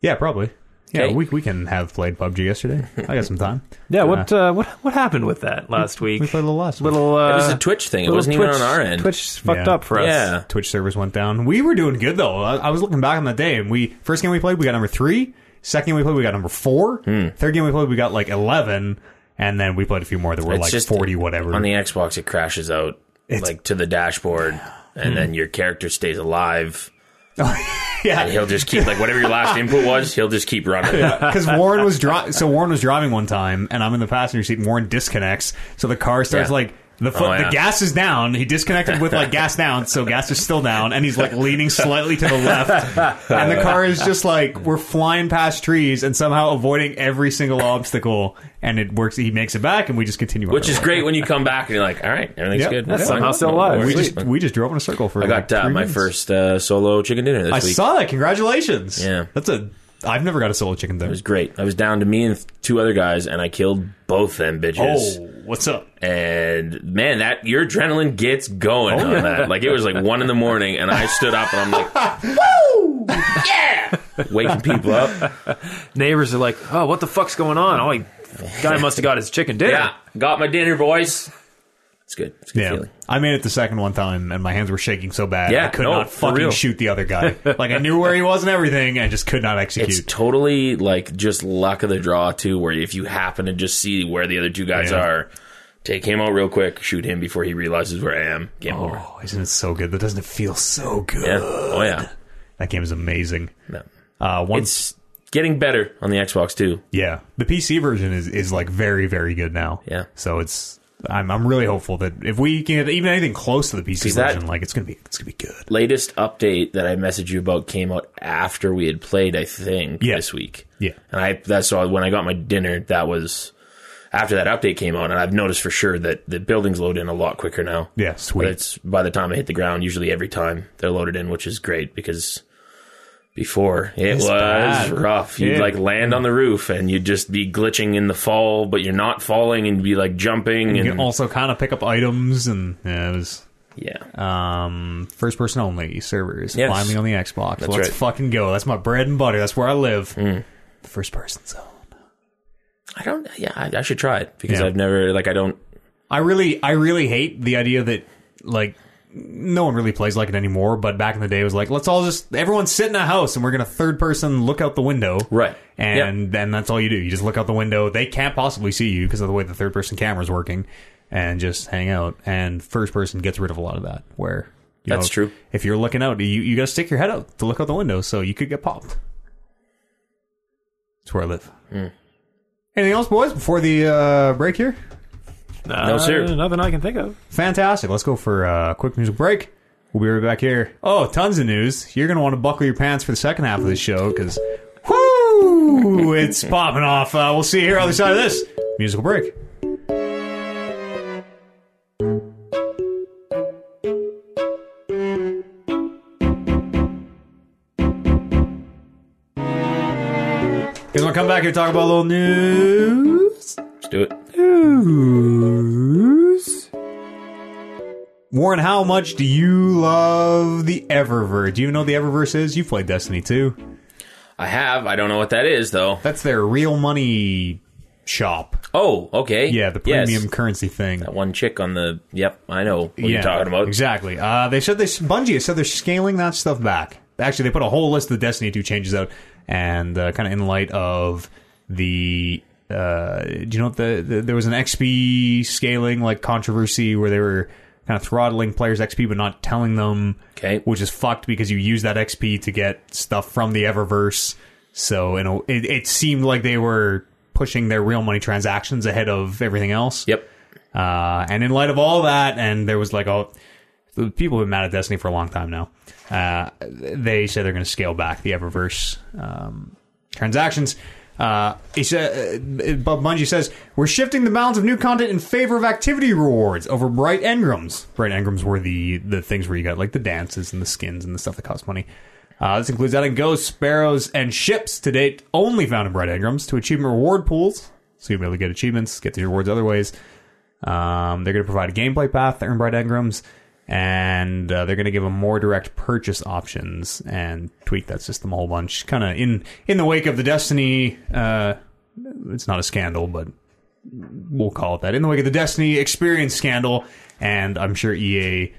S1: Yeah, probably. Yeah,
S2: Okay.
S1: we we can have played PUBG yesterday. I got some time.
S3: Yeah, what uh, what what happened with that last week?
S1: We played a little last. week.
S3: little uh,
S2: It was a Twitch thing. It
S3: little
S2: wasn't
S3: Twitch,
S2: even on our end.
S3: Twitch fucked
S1: Yeah.
S3: up for us.
S2: Yeah.
S1: Twitch servers went down. We were doing good though. I, I was looking back on that day, and we first game we played, we got number three. Second game we played, we got number four.
S2: Hmm.
S1: Third game we played, we got like eleven, and then we played a few more that were
S2: It's
S1: like
S2: just
S1: forty whatever.
S2: On the Xbox, it crashes out like to the dashboard, and then your character stays alive.
S1: yeah,
S2: And he'll just keep like whatever your last input was. He'll just keep running.
S1: Because Warren was dri- so Warren was driving one time, and I'm in the passenger seat. And Warren disconnects, so the car starts
S2: Yeah.
S1: like the foot,
S2: Oh, yeah.
S1: the gas is down. He disconnected with like gas down, so gas is still down, and he's like leaning slightly to the left, and the car is just like we're flying past trees and somehow avoiding every single obstacle, and it works. He makes it back, and we just continue. on
S2: Which
S1: our
S2: is
S1: way.
S2: great when you come back and you're like, all right, everything's
S1: Yep.
S2: good.
S1: That's
S2: Yeah.
S3: somehow still
S2: No
S3: alive.
S2: worries.
S1: We just we just drove in a circle for.
S2: I got uh, my first uh, solo chicken dinner this
S1: I
S2: week.
S1: saw that. Congratulations.
S2: Yeah.
S1: that's a. I've never got a solo chicken
S2: It
S1: though.
S2: was great. I was down to me and th- two other guys, and I killed both them bitches.
S1: Oh, what's up?
S2: And man, that your adrenaline gets going
S1: Oh,
S2: on that. Like it was like one in the morning, and I stood up and I'm like, woo, yeah, waking people up.
S3: Neighbors are like, "Oh, what the fuck's going on? Oh, he, guy must have got his chicken dinner."
S2: Yeah, got my dinner, boys. It's good. It's a good
S1: Yeah,
S2: feeling.
S1: I made it the second one time, and my hands were shaking so bad.
S2: Yeah,
S1: I could
S2: no,
S1: not
S2: for
S1: fucking
S2: real.
S1: shoot the other guy. like I knew where he was and everything, I just could not execute.
S2: It's totally like just luck of the draw too, where if you happen to just see where the other two guys
S1: Yeah.
S2: are, take him out real quick, shoot him before he realizes where I am. Game over.
S1: oh, isn't it so good? That doesn't it feel so good?
S2: Yeah. Oh yeah.
S1: That game is amazing.
S2: No.
S1: Uh, once,
S2: It's getting better on the Xbox too.
S1: yeah, the PC version is is like very very good now.
S2: Yeah.
S1: so it's. I'm I'm really hopeful that if we can get even anything close to the PC
S2: that-
S1: version, like it's gonna be it's gonna be good.
S2: Latest update that I messaged you about came out after we had played, I think,
S1: Yeah.
S2: this week.
S1: Yeah.
S2: And I that's so when I got my dinner, that was after that update came out, and I've noticed for sure that the buildings load in a lot quicker now.
S1: Yeah,
S2: But
S1: sweet.
S2: it's by the time I hit the ground, usually every time they're loaded in, which is great because before it
S1: It's
S2: was
S1: bad.
S2: rough. You'd
S1: Yeah.
S2: like land on the roof and you'd just be glitching in the fall, but you're not falling and be like jumping
S1: you
S2: and
S1: can also kind of pick up items and yeah, it was
S2: yeah.
S1: um, first person only servers
S2: Yes.
S1: finally on the Xbox. Let's
S2: right. Mm.
S1: fucking go. That's my bread and butter. That's where I live. The first person zone.
S2: I don't. Yeah, I, I should try it because
S1: Yeah.
S2: I've never like I don't.
S1: I really, I really hate the idea that like no one really plays like it anymore. But back in the day, it was like let's all just everyone sit in a house and we're gonna third person look out the window.
S2: Right.
S1: And then that's all you do. You just look out the window. They can't possibly see you because of the way the third person camera's working, and just hang out. And first person gets rid of a lot of that. Where you
S2: That's true.
S1: If you're looking out, you you gotta stick your head out to look out the window, so you could get popped. That's where I live.
S2: Mm.
S1: Anything else, boys? Before the uh, break here.
S3: Uh,
S2: sir.
S3: nothing I can think of.
S1: Fantastic. Let's go for a quick music break. We'll be right back here. Oh, tons of news. You're going to want to buckle your pants for the second half of this show because, whoo, it's popping off. Uh, we'll see you here on the other side of this musical break. Guys, want to come back here and talk about a little news?
S2: Let's do it.
S1: News. Warren, how much do you love the Eververse? Do you know what the Eververse is? You've played Destiny 2.
S2: I have. I don't know what that is though.
S1: That's their real money shop.
S2: Oh, okay.
S1: Yeah, the
S2: Yes.
S1: premium currency thing.
S2: That one chick on the. Yep, I know what
S1: yeah,
S2: you're talking about.
S1: Exactly. Uh, they said they Bungie said they're scaling that stuff back. Actually, they put a whole list of the Destiny 2 changes out, and uh, kind of in light of the. Uh, do you know what the, the there was an XP scaling like controversy where they were kind of throttling players' XP but not telling them,
S2: Okay.
S1: which is fucked because you use that XP to get stuff from the Eververse. So you know, it, it seemed like they were pushing their real money transactions ahead of everything else.
S2: Yep.
S1: Uh, and in light of all that, and there was like all the people who've been mad at Destiny for a long time now. Uh, they said they're going to scale back the Eververse um, transactions. Uh, he said, uh, Bob Bungie says, We're shifting the balance of new content in favor of activity rewards over bright engrams. Bright engrams were the, the things where you got like the dances and the skins and the stuff that cost money. Uh, this includes adding ghosts, sparrows, and ships to date only found in bright engrams to achievement reward pools. So you'll be able to get achievements, get the rewards other ways. Um, they're going to provide a gameplay path to earn bright engrams, and uh, they're going to give them more direct purchase options and tweak that system a whole bunch. Kind of in in the wake of the Destiny, uh, it's not a scandal, but we'll call it that. In the wake of the Destiny experience scandal, and I'm sure EA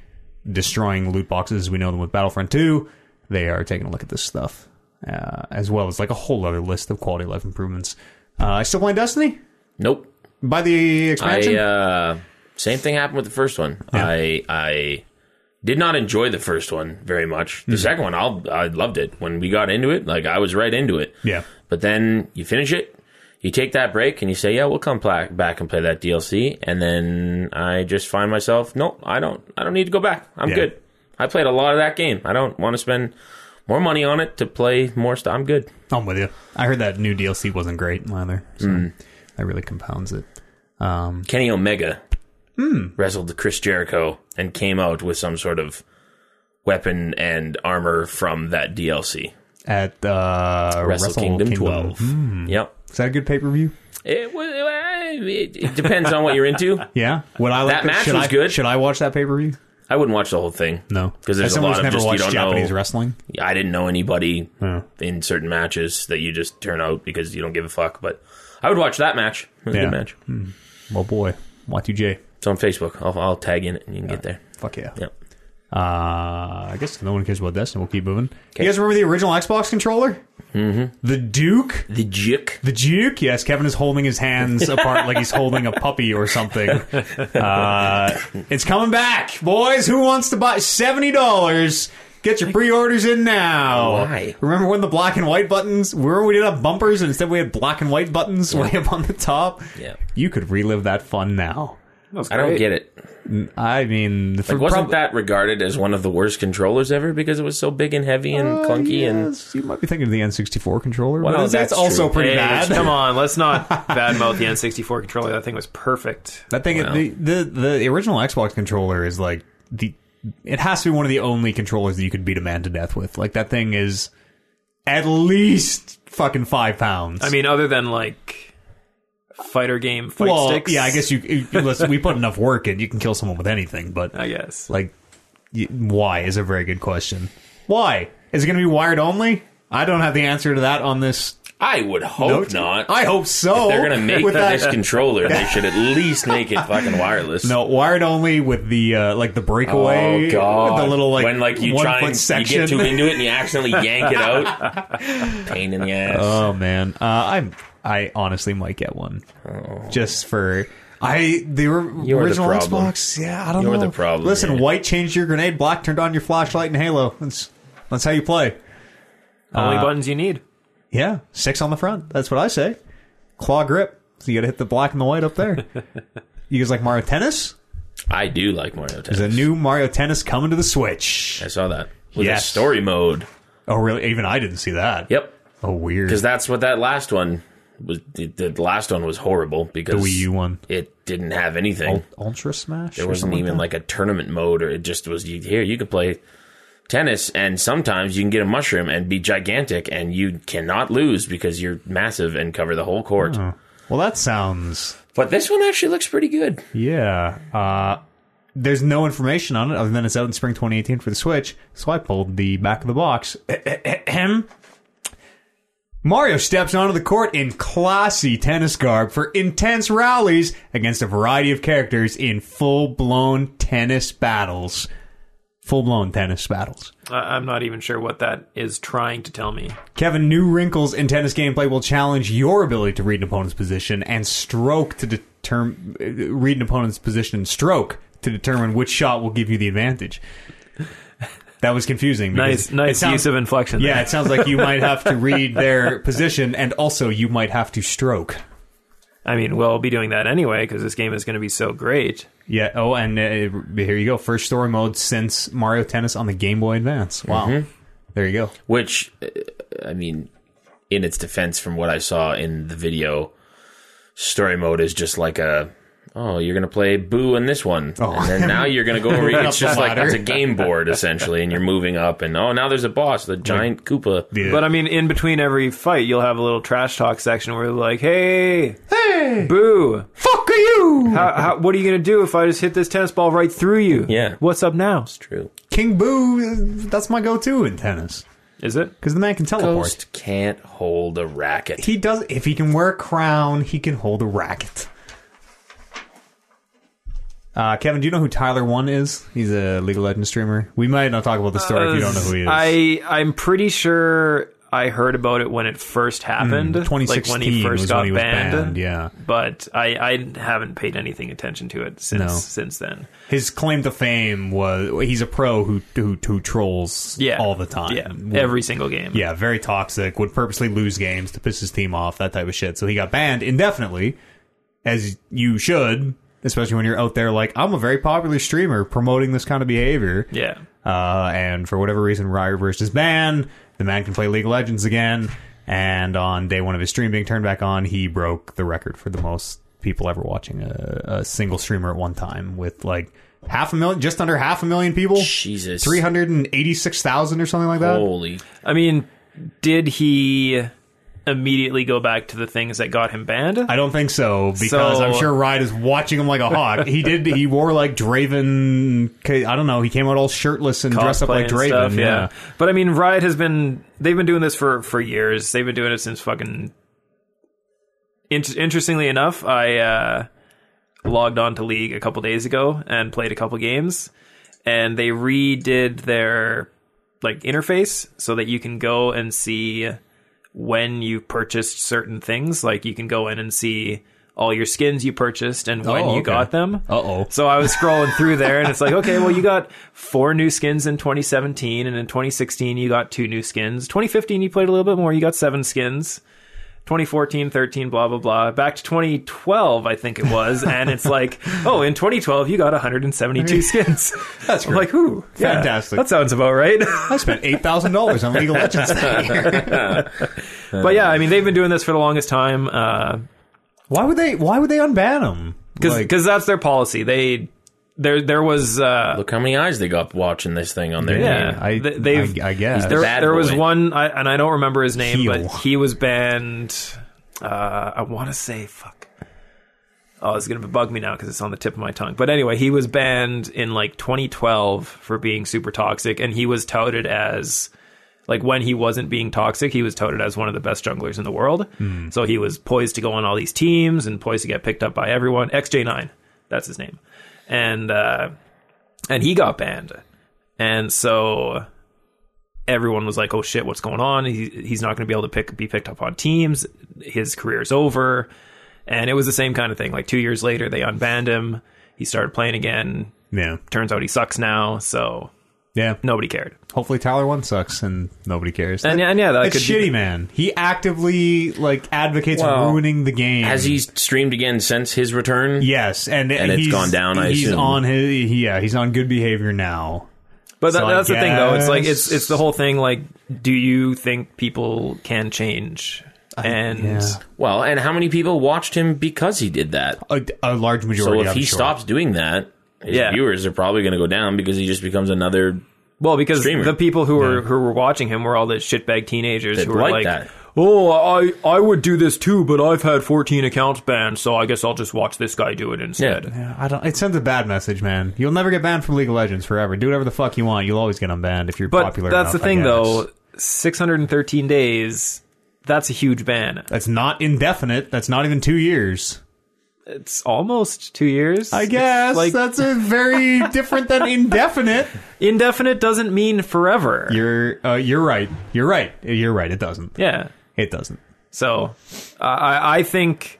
S1: destroying loot boxes as we know them with Battlefront 2, they are taking a look at this stuff, uh, as well as like a whole other list of quality of life improvements. Uh, still playing Destiny
S2: Nope.
S1: by the expansion.
S2: I uh, same thing happened with the first one. I I did not enjoy the first one very much.
S1: Mm-hmm.
S2: The second one, I'll, I loved it. When we got into it, like I was right into it.
S1: yeah.
S2: But then you finish it, you take that break, and you say, "Yeah, we'll come pla- back and play that DLC." And then I just find myself, "Nope, I don't. I don't need to go back. I'm
S1: Yeah.
S2: good. I played a lot of that game. I don't want to spend more money on it to play more stuff. I'm good."
S1: I'm with you. I heard that new DLC wasn't great either. So
S2: Hmm.
S1: That really compounds it.
S2: Kenny Omega wrestled Chris Jericho and came out with some sort of weapon and armor from that DLC.
S1: At uh,
S2: Wrestle, Kingdom, Hmm. 12. Yep.
S1: Is that a good pay per view?
S2: It, wa- it, it depends on what you're into.
S1: Yeah. Would I like
S2: That match
S1: should
S2: was
S1: I,
S2: good.
S1: Should I watch that pay per view?
S2: I wouldn't watch the whole thing.
S1: No,
S2: Because there's
S1: As
S2: a
S1: someone
S2: lot
S1: who's
S2: of
S1: never
S2: just, you
S1: watched
S2: don't
S1: Japanese
S2: know.
S1: wrestling.
S2: I didn't know anybody
S1: Oh.
S2: in certain matches that you just turn out because you don't give a fuck. But I would watch that match. It was a
S1: Yeah.
S2: good match.
S1: Well, Oh, boy, Y2J.
S2: It's on Facebook. I'll, I'll tag in it and you can get there.
S1: Fuck yeah.
S2: Yep.
S1: Uh, I guess no one cares about Destiny. We'll keep moving. You guys remember the original Xbox controller? Mm-hmm. The Duke.
S2: The Juke.
S1: The Duke, yes. Kevin is holding his hands apart like he's holding a puppy or something. Uh, it's coming back, boys. Who wants to buy seventy dollars? Get your pre-orders in now.
S2: Why?
S1: Remember when the black and white buttons? Remember when we did have bumpers and instead we had black and white buttons way up on the top.
S2: Yeah.
S1: You could relive that fun now.
S2: I don't get it.
S1: I mean, for
S2: Like, wasn't
S1: prob-
S2: that regarded as one of the worst controllers ever because it was so big and heavy and clunky and
S1: Oh, Yes, you might be thinking of the N64 controller.
S2: Well,
S1: but it's-
S2: that's
S1: it's also
S2: true.
S1: pretty
S3: Hey,
S1: bad.
S3: Come on, let's not badmouth the N64 controller. That thing was perfect.
S1: That thing, the, the the original Xbox controller is like the. It has to be one of the only controllers that you could beat a man to death with. Like that thing is at least fucking five pounds.
S3: I mean, other than like fighter game fight
S1: well,
S3: sticks.
S1: yeah, I guess you. you- Unless we put enough work in, you can kill someone with anything. But
S3: I guess.
S1: like, y- why is a very good question. Why is it going to be wired only? I don't have the answer to that on this.
S2: I would hope
S1: note.
S2: not.
S1: I hope so.
S2: They're gonna make
S1: with that
S2: this controller. They should at least make it fucking wireless.
S1: No, wired only with the uh, like the breakaway,
S2: Oh god!
S1: the little like
S2: when like you
S1: one
S2: try
S1: foot
S2: and
S1: section.
S2: you get too into it and you accidentally yank it out. Pain in the ass.
S1: oh man, uh, I'm I honestly might get one just for I the or-
S2: Oh. You're the
S1: original
S2: problem.
S1: Xbox. Yeah, I don't
S2: You're
S1: know.
S2: the problem,
S1: Listen,
S2: yeah.
S1: white changed your grenade, black turned on your flashlight in Halo. That's that's how you play. Uh,
S3: Only buttons you need.
S1: Yeah, six on the front. That's what I say. Claw grip. So you got to hit the black and the white up there. you guys like Mario Tennis?
S2: I do like Mario Tennis.
S1: There's a new Mario Tennis coming to the Switch.
S2: I saw that with a
S1: Yes.
S2: story mode.
S1: Oh, really? Even I didn't see that.
S2: Yep,
S1: Oh, weird.
S2: because that's what that last one was. The, the last one was horrible because
S1: Wii U one. Oh,
S2: It didn't have anything.
S1: Ul- Ultra Smash?
S2: There
S1: or
S2: wasn't
S1: something
S2: even like a tournament mode, or it just was you, here. You could play tennis, and sometimes you can get a mushroom and be gigantic, and you cannot lose because you're massive and cover the whole court.
S1: that? Well, that sounds.
S2: But this one actually looks pretty good.
S1: Yeah. Uh, there's no information on it other than it's out in spring 2018 for the Switch, so I pulled the back of the box. Ahem. Mario steps onto the court in classy tennis garb for intense rallies against a variety of characters in full blown tennis battles. Full blown tennis battles.
S3: I- I'm not even sure what that is trying to tell me.
S1: Kevin, new wrinkles in tennis gameplay will challenge your ability to read an opponent's position and stroke to determine read an opponent's position and stroke to determine which shot will give you the advantage. That was confusing. because
S3: Nice,
S1: it
S3: nice
S1: sounds-
S3: use of inflection.
S1: Yeah,
S3: there.
S1: it sounds like you might have to read their position and also you might have to stroke.
S3: I mean, we'll be doing that anyway because this game is going to be so great.
S1: Yeah. Oh, and uh, here you go. First story mode since
S3: Mm-hmm.
S1: Mario Tennis on the Game Boy Advance. Wow. There you go.
S2: Which, uh, I mean, in its defense from what I saw in the video, story mode is just like a oh you're gonna play Boo in this one,
S1: Oh.
S2: and then now you're gonna go over. it's just like it's a game board essentially, and you're moving up, and oh now there's a boss, the giant Koopa.
S1: Yeah.
S3: But I mean, in between every fight, you'll have a little trash talk section where they're like, "Hey, hey, boo,
S1: fuck you,
S3: how, how, what are you gonna do if I just hit this tennis ball right through you?
S2: Yeah.
S3: what's up now?
S2: True.
S1: King Boo. uh, That's my go-to in tennis
S3: Is it?
S1: because the man can teleport.
S2: Ghost can't hold a racket.
S1: He does. If he can wear a crown, he can hold a racket. Uh, Kevin, do you know who Tyler One is? He's a League of Legends streamer. We might not talk about the story if you don't know who he is.
S3: Uh, I I'm pretty sure I heard about it when it first happened, like
S1: 2016
S3: when he first
S1: Hmm, was
S3: got
S1: when he was
S3: banned.
S1: banned, yeah.
S3: but I I haven't paid anything attention to it since
S1: No.
S3: since then.
S1: His claim to fame was he's a pro who who, who trolls
S3: Yeah,
S1: all the time.
S3: Yeah,
S1: Would-
S3: every single game.
S1: Yeah, very toxic. Would purposely lose games to piss his team off. That type of shit. So he got banned indefinitely, as you should, especially when you're out there like I'm a very popular streamer promoting this kind of behavior.
S3: yeah.
S1: Uh, and for whatever reason, Ryerburst is banned. The man can play League of Legends again. And on day one of his stream being turned back on, he broke the record for the most people ever watching a, a single streamer at one time with like half a million, just under half a million people.
S2: Jesus.
S1: 386,000 or something like that.
S2: Holy.
S3: I mean, did he immediately go back to the things that got him banned?
S1: I don't think so because
S3: So-
S1: I'm sure Ride is watching him like a hawk. he did. He wore like Draven. I don't know. He came out all shirtless and dressed up
S3: cosplay
S1: like
S3: and
S1: Draven.
S3: stuff,
S1: yeah.
S3: But I mean, Riot has been they've been doing this for for years. They've been doing it since fucking. Int- interestingly enough, I uh, logged on to League a couple days ago and played a couple games, and they redid their like interface so that you can go and see when you purchased certain things. Like you can go in and see all your skins you purchased and when
S1: Oh,
S3: you
S1: okay.
S3: got them.
S1: Uh-oh.
S3: So I was scrolling through there and it's like, okay, well, you got four new skins in 2017. And in 2016, you got two new skins. 2015, you played a little bit more. You got seven skins. 2014, 13, blah, blah, blah. Back to 2012, I think it was. and it's like, oh, in 2012, you got 172 skins. That's I'm
S1: great.
S3: like, ooh. yeah,
S1: Fantastic.
S3: that sounds about right.
S1: I spent eight thousand dollars on League of Legends.
S3: but yeah, I mean, they've been doing this for the longest time. Uh,
S1: Why would they? Why would they unban him?
S3: because
S1: Like,
S3: that's their policy. They there there was uh,
S2: Look how many eyes they got watching this thing on their
S3: Yeah.
S2: game.
S1: I,
S3: th- they've-
S1: I, I guess.
S2: He's the
S3: there,
S2: bad
S3: there was
S2: boy.
S3: one, I, and I don't remember his name,
S1: Heel.
S3: but he was banned. Uh, I want to say fuck. Oh, it's gonna bug me now because it's on the tip of my tongue. But anyway, he was banned in like 2012 for being super toxic, and he was touted as like when he wasn't being toxic, he was touted as one of the best junglers in the world. So he was poised to go on all these teams and poised to get picked up by everyone. XJ9, that's his name, and uh, and he got banned, and so everyone was like, "Oh shit, what's going on? He, he's not going to be able to pick be picked up on teams. His career's over." And it was the same kind of thing. Like two years later, they unbanned him. He started playing again.
S1: yeah,
S3: Turns out he sucks now, so
S1: yeah.
S3: nobody cared.
S1: Hopefully, Tyler one sucks and nobody cares.
S3: And, yeah, and yeah, that
S1: That's
S3: could be-
S1: shitty, man. He actively like advocates
S2: Well,
S1: ruining the game.
S2: Has he streamed again since his return?
S1: Yes, and
S2: And it's
S1: he's,
S2: gone down, I
S1: he's
S2: assume.
S1: on his. Yeah, he's on good behavior now.
S3: But that,
S1: So I
S3: that's the thing, though. It's like it's
S1: guess-
S3: it's the whole thing. Like, do you think people can change? And
S1: Yeah.
S2: Well, and how many people watched him because he did that?
S1: A, a large majority.
S2: So if
S1: I'm
S2: he
S1: Oh, sure.
S2: stops doing that, his
S3: Yeah.
S2: viewers are probably going to go down because he just becomes another.
S3: Well, because
S2: Streamer.
S3: the people who were who were watching him were all the shitbag teenagers
S2: That
S3: who were
S2: like
S3: like,
S2: that.
S3: "Oh, I I would do this too, but I've had 14 accounts banned, so I guess I'll just watch this guy do it instead."
S1: Yeah, I don't. It sends a bad message, man. You'll never get banned from League of Legends forever. Do whatever the fuck you want. You'll always get unbanned if you're
S3: But
S1: popular.
S3: that's the
S1: enough, I
S3: thing,
S1: guess.
S3: though. 613 days. That's a huge ban.
S1: That's not indefinite. That's not even two years.
S3: It's almost two years.
S1: I
S3: It's
S1: guess
S3: like
S1: that's a very different than indefinite.
S3: indefinite doesn't mean forever.
S1: You're uh, you're right. You're right. You're right. It doesn't.
S3: yeah.
S1: It doesn't.
S3: So I I I think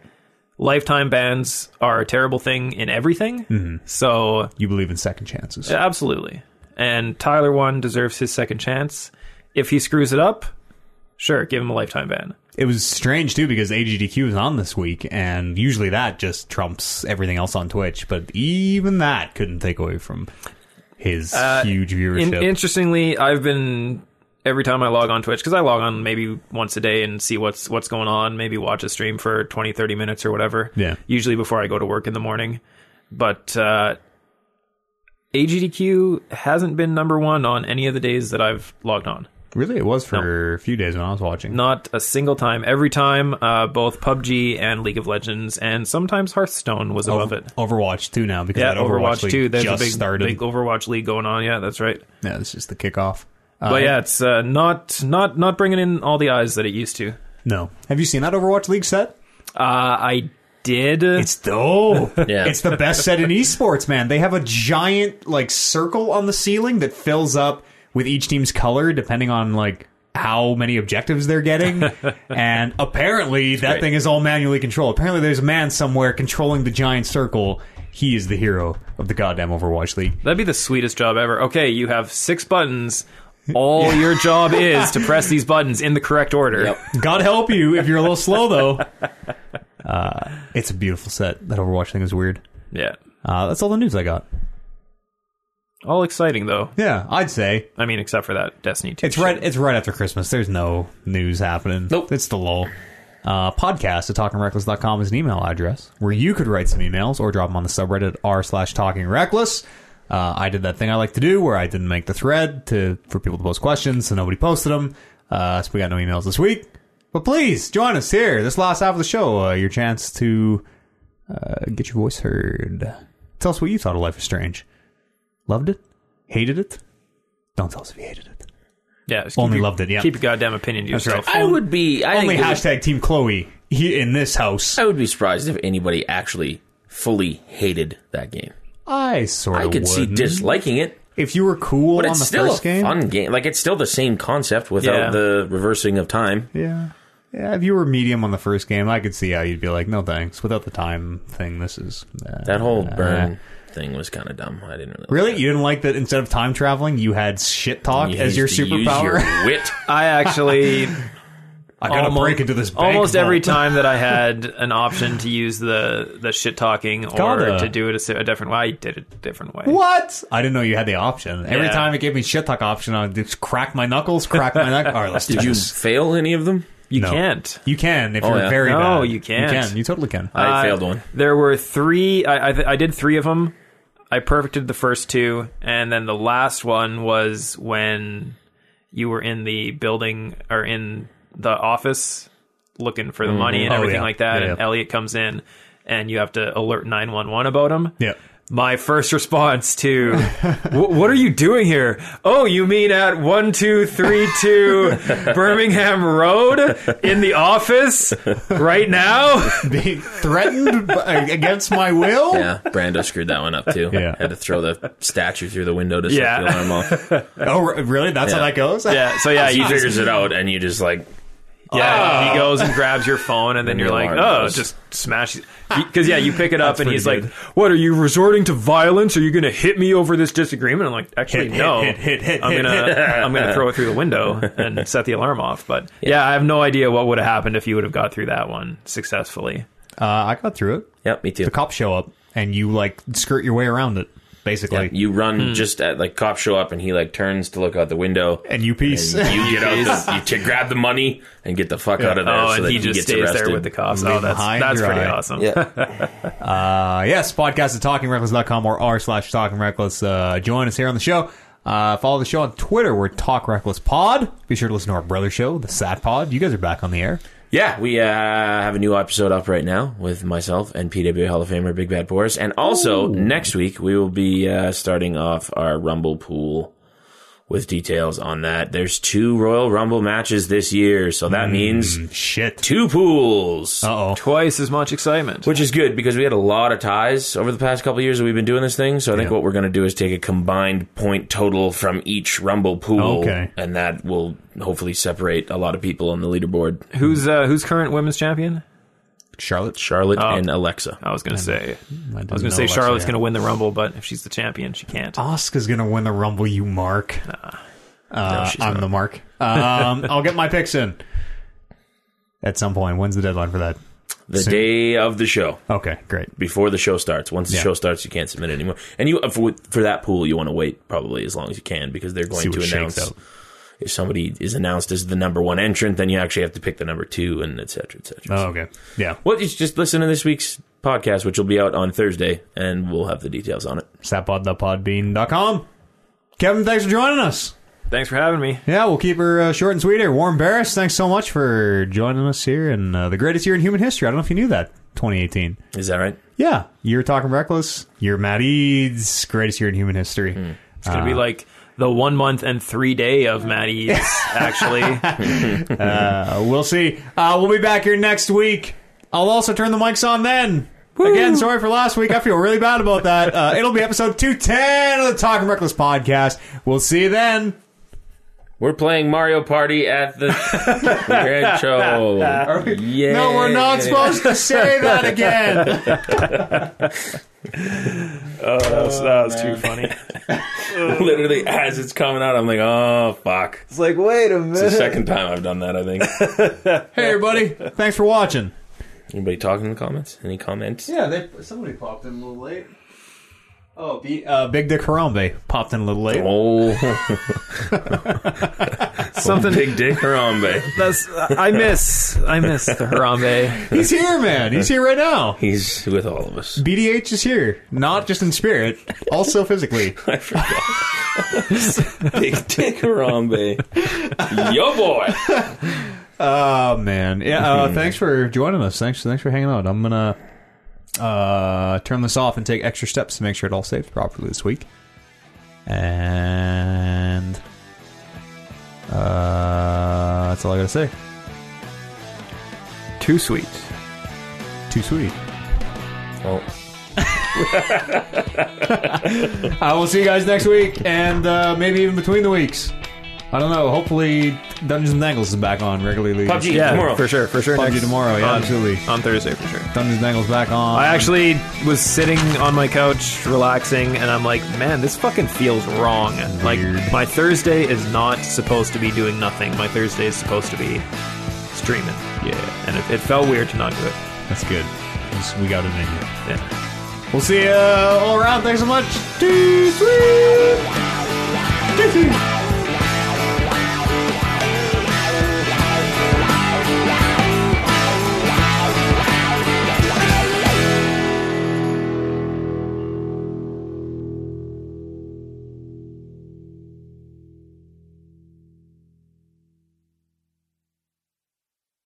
S3: lifetime bans are a terrible thing in everything. So
S1: You believe in second chances.
S3: absolutely. And Tyler one deserves his second chance. If he screws it up, sure, give him a lifetime ban.
S1: It was strange too because AGDQ was on this week, and usually that just trumps everything else on Twitch. But even that couldn't take away from his huge
S3: Uh, In-
S1: viewership.
S3: interestingly, I've been every time I log on Twitch because I log on maybe once a day and see what's what's going on, maybe watch a stream for 20, 30 minutes or whatever.
S1: Yeah.
S3: Usually before I go to work in the morning. But uh, AGDQ hasn't been number one on any of the days that I've logged on.
S1: Really, it was for a few days when I was watching.
S3: Not a single time. Every time, uh, both PUBG and League of Legends, and sometimes Hearthstone was above it.
S1: Overwatch too now because
S3: Yeah,
S1: that Oh, Overwatch,
S3: Overwatch,
S1: League
S3: too. There's
S1: just
S3: a big,
S1: started.
S3: big Overwatch league going on. Yeah, that's right.
S1: yeah, this is the kickoff. Uh,
S3: but yeah, it's uh, not not not bringing in all the eyes that it used to.
S1: no. Have you seen that Overwatch League set?
S3: Uh, I did.
S1: It's dope.
S2: Yeah.
S1: It's the best set in esports, man. They have a giant like circle on the ceiling that fills up with each team's color depending on like how many objectives they're getting. and apparently that
S2: great.
S1: thing is all manually controlled. Apparently there's a man somewhere controlling the giant circle. He is the hero of the goddamn Overwatch League.
S3: That'd be the sweetest job ever. Okay, you have six buttons. All your job is to press these buttons in the correct order.
S2: Yep.
S1: God help you if you're a little slow though. Uh, it's a beautiful set. That Overwatch thing is weird.
S3: Yeah.
S1: Uh, that's all the news I got.
S3: All exciting though.
S1: Yeah, I'd say.
S3: I mean, except for that Destiny two.
S1: It's right. It's right after Christmas. There's no news happening.
S2: Nope.
S1: It's the lull. Uh, podcast at talkingreckless.com is an email address where you could write some emails or drop them on the subreddit r slash talking reckless. Uh, I did that thing I like to do where I didn't make the thread to for people to post questions, so nobody posted them. Uh, so we got no emails this week. But please join us here this last half of the show. Uh, your chance to uh, get your voice heard. Tell us what you thought of Life is Strange. Loved it? Hated it? Don't tell us if you hated it.
S3: Yeah. just keep
S1: Only
S3: your-
S1: loved it, yeah.
S3: Keep your goddamn opinion to
S1: right.
S3: yourself.
S2: I would be. I
S1: only
S2: think it was-
S1: hashtag Team Chloe he, in this house.
S2: I would be surprised if anybody actually fully hated that game.
S1: I sort
S2: I
S1: of
S2: could see disliking it,
S1: if you were cool
S2: but
S1: on
S2: it's
S1: the
S2: still a
S1: first game.
S2: fun game. Like it's still the same concept without
S3: Yeah.
S2: the reversing of time.
S1: Yeah, yeah. If you were medium on the first game, I could see how you'd be like, no thanks. Without the time thing, this is uh,
S2: That whole burn thing was kind of dumb. I didn't really.
S1: Really, you didn't like that? Instead of time traveling, you had shit talk
S2: You
S1: as your
S2: used to use
S1: superpower.
S2: your wit.
S3: I actually
S1: I gotta
S3: almost,
S1: break into this. Bank
S3: almost every
S1: vault.
S3: time that I had an option to use the the shit talking or
S1: Gotta.
S3: to do it a, si- a different way. I did it a different way.
S1: What? I didn't know you had the option. Every
S3: Yeah.
S1: time it gave me shit talk option, I would just crack my knuckles, crack my knuckles. All right, let's do
S2: Did you
S1: this.
S2: fail any of them?
S3: You
S1: No.
S3: can't.
S1: You can if you're
S2: yeah.
S1: very bad.
S3: No, you can't.
S1: You can. You totally can.
S2: I
S3: Uh,
S2: failed one.
S3: There were three. I, I, th- I did three of them. I perfected the first two, and then the last one was when you were in the building or in the office looking for the money and
S1: Oh,
S3: everything
S1: yeah.
S3: like that.
S1: Yeah,
S3: and
S1: yeah.
S3: Elliot comes in, and you have to alert nine one one about him.
S1: Yeah.
S3: My first response to "Wh- what are you doing here? Oh, you mean at one two three two Birmingham Road in the office right now?
S1: being threatened by, against my will.
S2: Yeah, Brando screwed that one up too.
S1: Yeah.
S2: had to throw the statue through the window to set
S3: Yeah.
S2: the alarm off.
S1: Oh, re- really? That's how
S2: Yeah.
S1: that goes?
S3: Yeah. So yeah,
S2: He
S3: you just
S2: figures it out, and you just like
S1: Oh.
S3: yeah he goes and grabs your phone, and then
S2: the
S3: you're like,
S2: alarm
S3: oh,
S2: goes.
S3: just smash. Because yeah, you pick it up, and
S1: pretty
S3: he's
S1: good.
S3: like, what are you resorting to violence? Are you going to hit me over this disagreement? I'm like, actually,
S1: Hit, hit,
S3: no.
S1: hit, hit, hit,
S3: I'm
S1: hit,
S3: gonna I'm gonna throw it through the window and set the alarm off. But yeah, I have no idea what would have happened if you would have got through that one successfully.
S1: Uh, I got through it.
S2: Yep, me too.
S1: The cops show up, and you like skirt your way around it, basically,
S2: you run just at like cops show up, and he like turns to look out the window.
S1: and you peace.
S2: And you get out, the, you t- grab the money and get the fuck out of there.
S3: Oh,
S2: so
S3: and
S2: that
S3: he just
S2: gets
S3: stays
S2: arrested.
S3: there with the cops.
S1: Leave
S3: Oh,
S1: him
S3: that's
S1: high and
S3: that's pretty
S1: dry.
S3: awesome.
S2: Yeah,
S1: Uh, yes, podcast at talkingreckless.com or r slash talkingreckless. Uh, join us here on the show. Uh, follow the show on Twitter. We're Talk Reckless Pod. Be sure to listen to our brother show, the Sat Pod. You guys are back on the air.
S2: yeah. We uh, have a new episode up right now with myself and PW Hall of Famer Big Bad Boris, and also next week we will be uh, starting off our Rumble pool with details on that. There's two Royal Rumble matches this year, so that means
S1: Shit.
S2: two pools.
S1: Uh Mm. oh.
S3: Twice as much excitement.
S2: Which is good because we had a lot of ties over the past couple of years that we've been doing this thing. So I think
S1: Yeah.
S2: what we're going to do is take a combined point total from each Rumble pool,
S1: Okay.
S2: and that will hopefully separate a lot of people on the leaderboard.
S3: Who's uh, who's current women's champion?
S1: Charlotte.
S2: Charlotte and Alexa.
S3: I was gonna say
S1: I,
S3: I was going to say Charlotte's going to win the Rumble, but if she's the champion, she can't.
S1: Oscar's gonna win the Rumble, you mark. Uh,
S2: she's
S1: I'm
S2: not.
S1: the mark. Um, I'll get my picks in at some point. When's the deadline for that?
S2: The day of the show,
S1: Okay, great.
S2: before the show starts. Once the
S1: Yeah.
S2: show starts, you can't submit anymore. And you for, for that pool, you want to wait probably as long as you can because they're going
S1: See
S2: to
S1: what shakes
S2: announce.
S1: out.
S2: if somebody is announced as the number one entrant, then you actually have to pick the number two, and et cetera, et cetera.
S1: Oh, okay. Yeah.
S2: Well, you should just listen to this week's podcast, which will be out on Thursday, and we'll have the details on it.
S1: Sapod.podbean.com. Kevin, thanks for joining us.
S3: Thanks for having me.
S1: Yeah, we'll keep her uh, short and sweet here. Warren Barris, thanks so much for joining us here and uh, the greatest year in human history. I don't know if you knew that, 2018.
S2: Is that right?
S1: Yeah, you're talking reckless. You're Matt Eads, greatest year in human history.
S3: It's
S1: Ah.
S3: gonna be like the one month and three day of Maddie Eats, actually.
S1: Uh, we'll see. Uh, we'll be back here next week. I'll also turn the mics on then. Again, sorry for last week. I feel really bad about that. Uh, it'll be episode 210 of the Talking Reckless podcast. We'll see you then.
S2: We're playing Mario Party at the Rancho. Yeah.
S1: No, we're not supposed to say that again.
S3: that was, that was too funny.
S2: Oh, Literally, as it's coming out, I'm like, oh, fuck.
S4: It's like, wait a
S2: It's the
S4: minute.
S2: second time I've done that, I think.
S1: Hey, everybody. Thanks for watching.
S2: Anybody talking in the comments? Any comments?
S4: Yeah, they, somebody popped in a little late.
S1: Oh, be, uh, Big Dick Harambe popped in a little late.
S2: Oh,
S3: Something
S2: big dick Harambe.
S3: that's I miss I miss the Harambe.
S1: He's here, man. He's here right now.
S2: He's with all of us.
S1: BDH is here, not just in spirit, also physically.
S2: I forgot. big dick Harambe. Yo, boy.
S1: Oh man, yeah. Uh, thanks for joining us. Thanks, thanks for hanging out. I'm gonna uh, turn this off and take extra steps to make sure it all saves properly this week. And uh, that's all I gotta say.
S3: Too sweet.
S1: Too sweet.
S2: Well,
S1: I will see you guys next week, and uh, maybe even between the weeks. I don't know. Hopefully, Dungeons and Dangles is back on regularly.
S2: PUBG
S3: Yeah,
S2: tomorrow.
S3: for sure, for sure.
S1: PUBG
S3: next-
S1: tomorrow, yeah,
S3: on,
S1: absolutely.
S3: On Thursday for sure.
S1: Dungeons and Dangles back on.
S3: I actually was sitting on my couch relaxing and I'm like, man, this fucking feels wrong. Like
S1: Weird.
S3: my Thursday is not supposed to be doing nothing. My Thursday is supposed to be streaming.
S1: yeah,
S3: And it, it felt weird to not do it.
S1: that's good. We got it in here.
S3: Yeah.
S1: We'll see you all around. Thanks so much. Peace.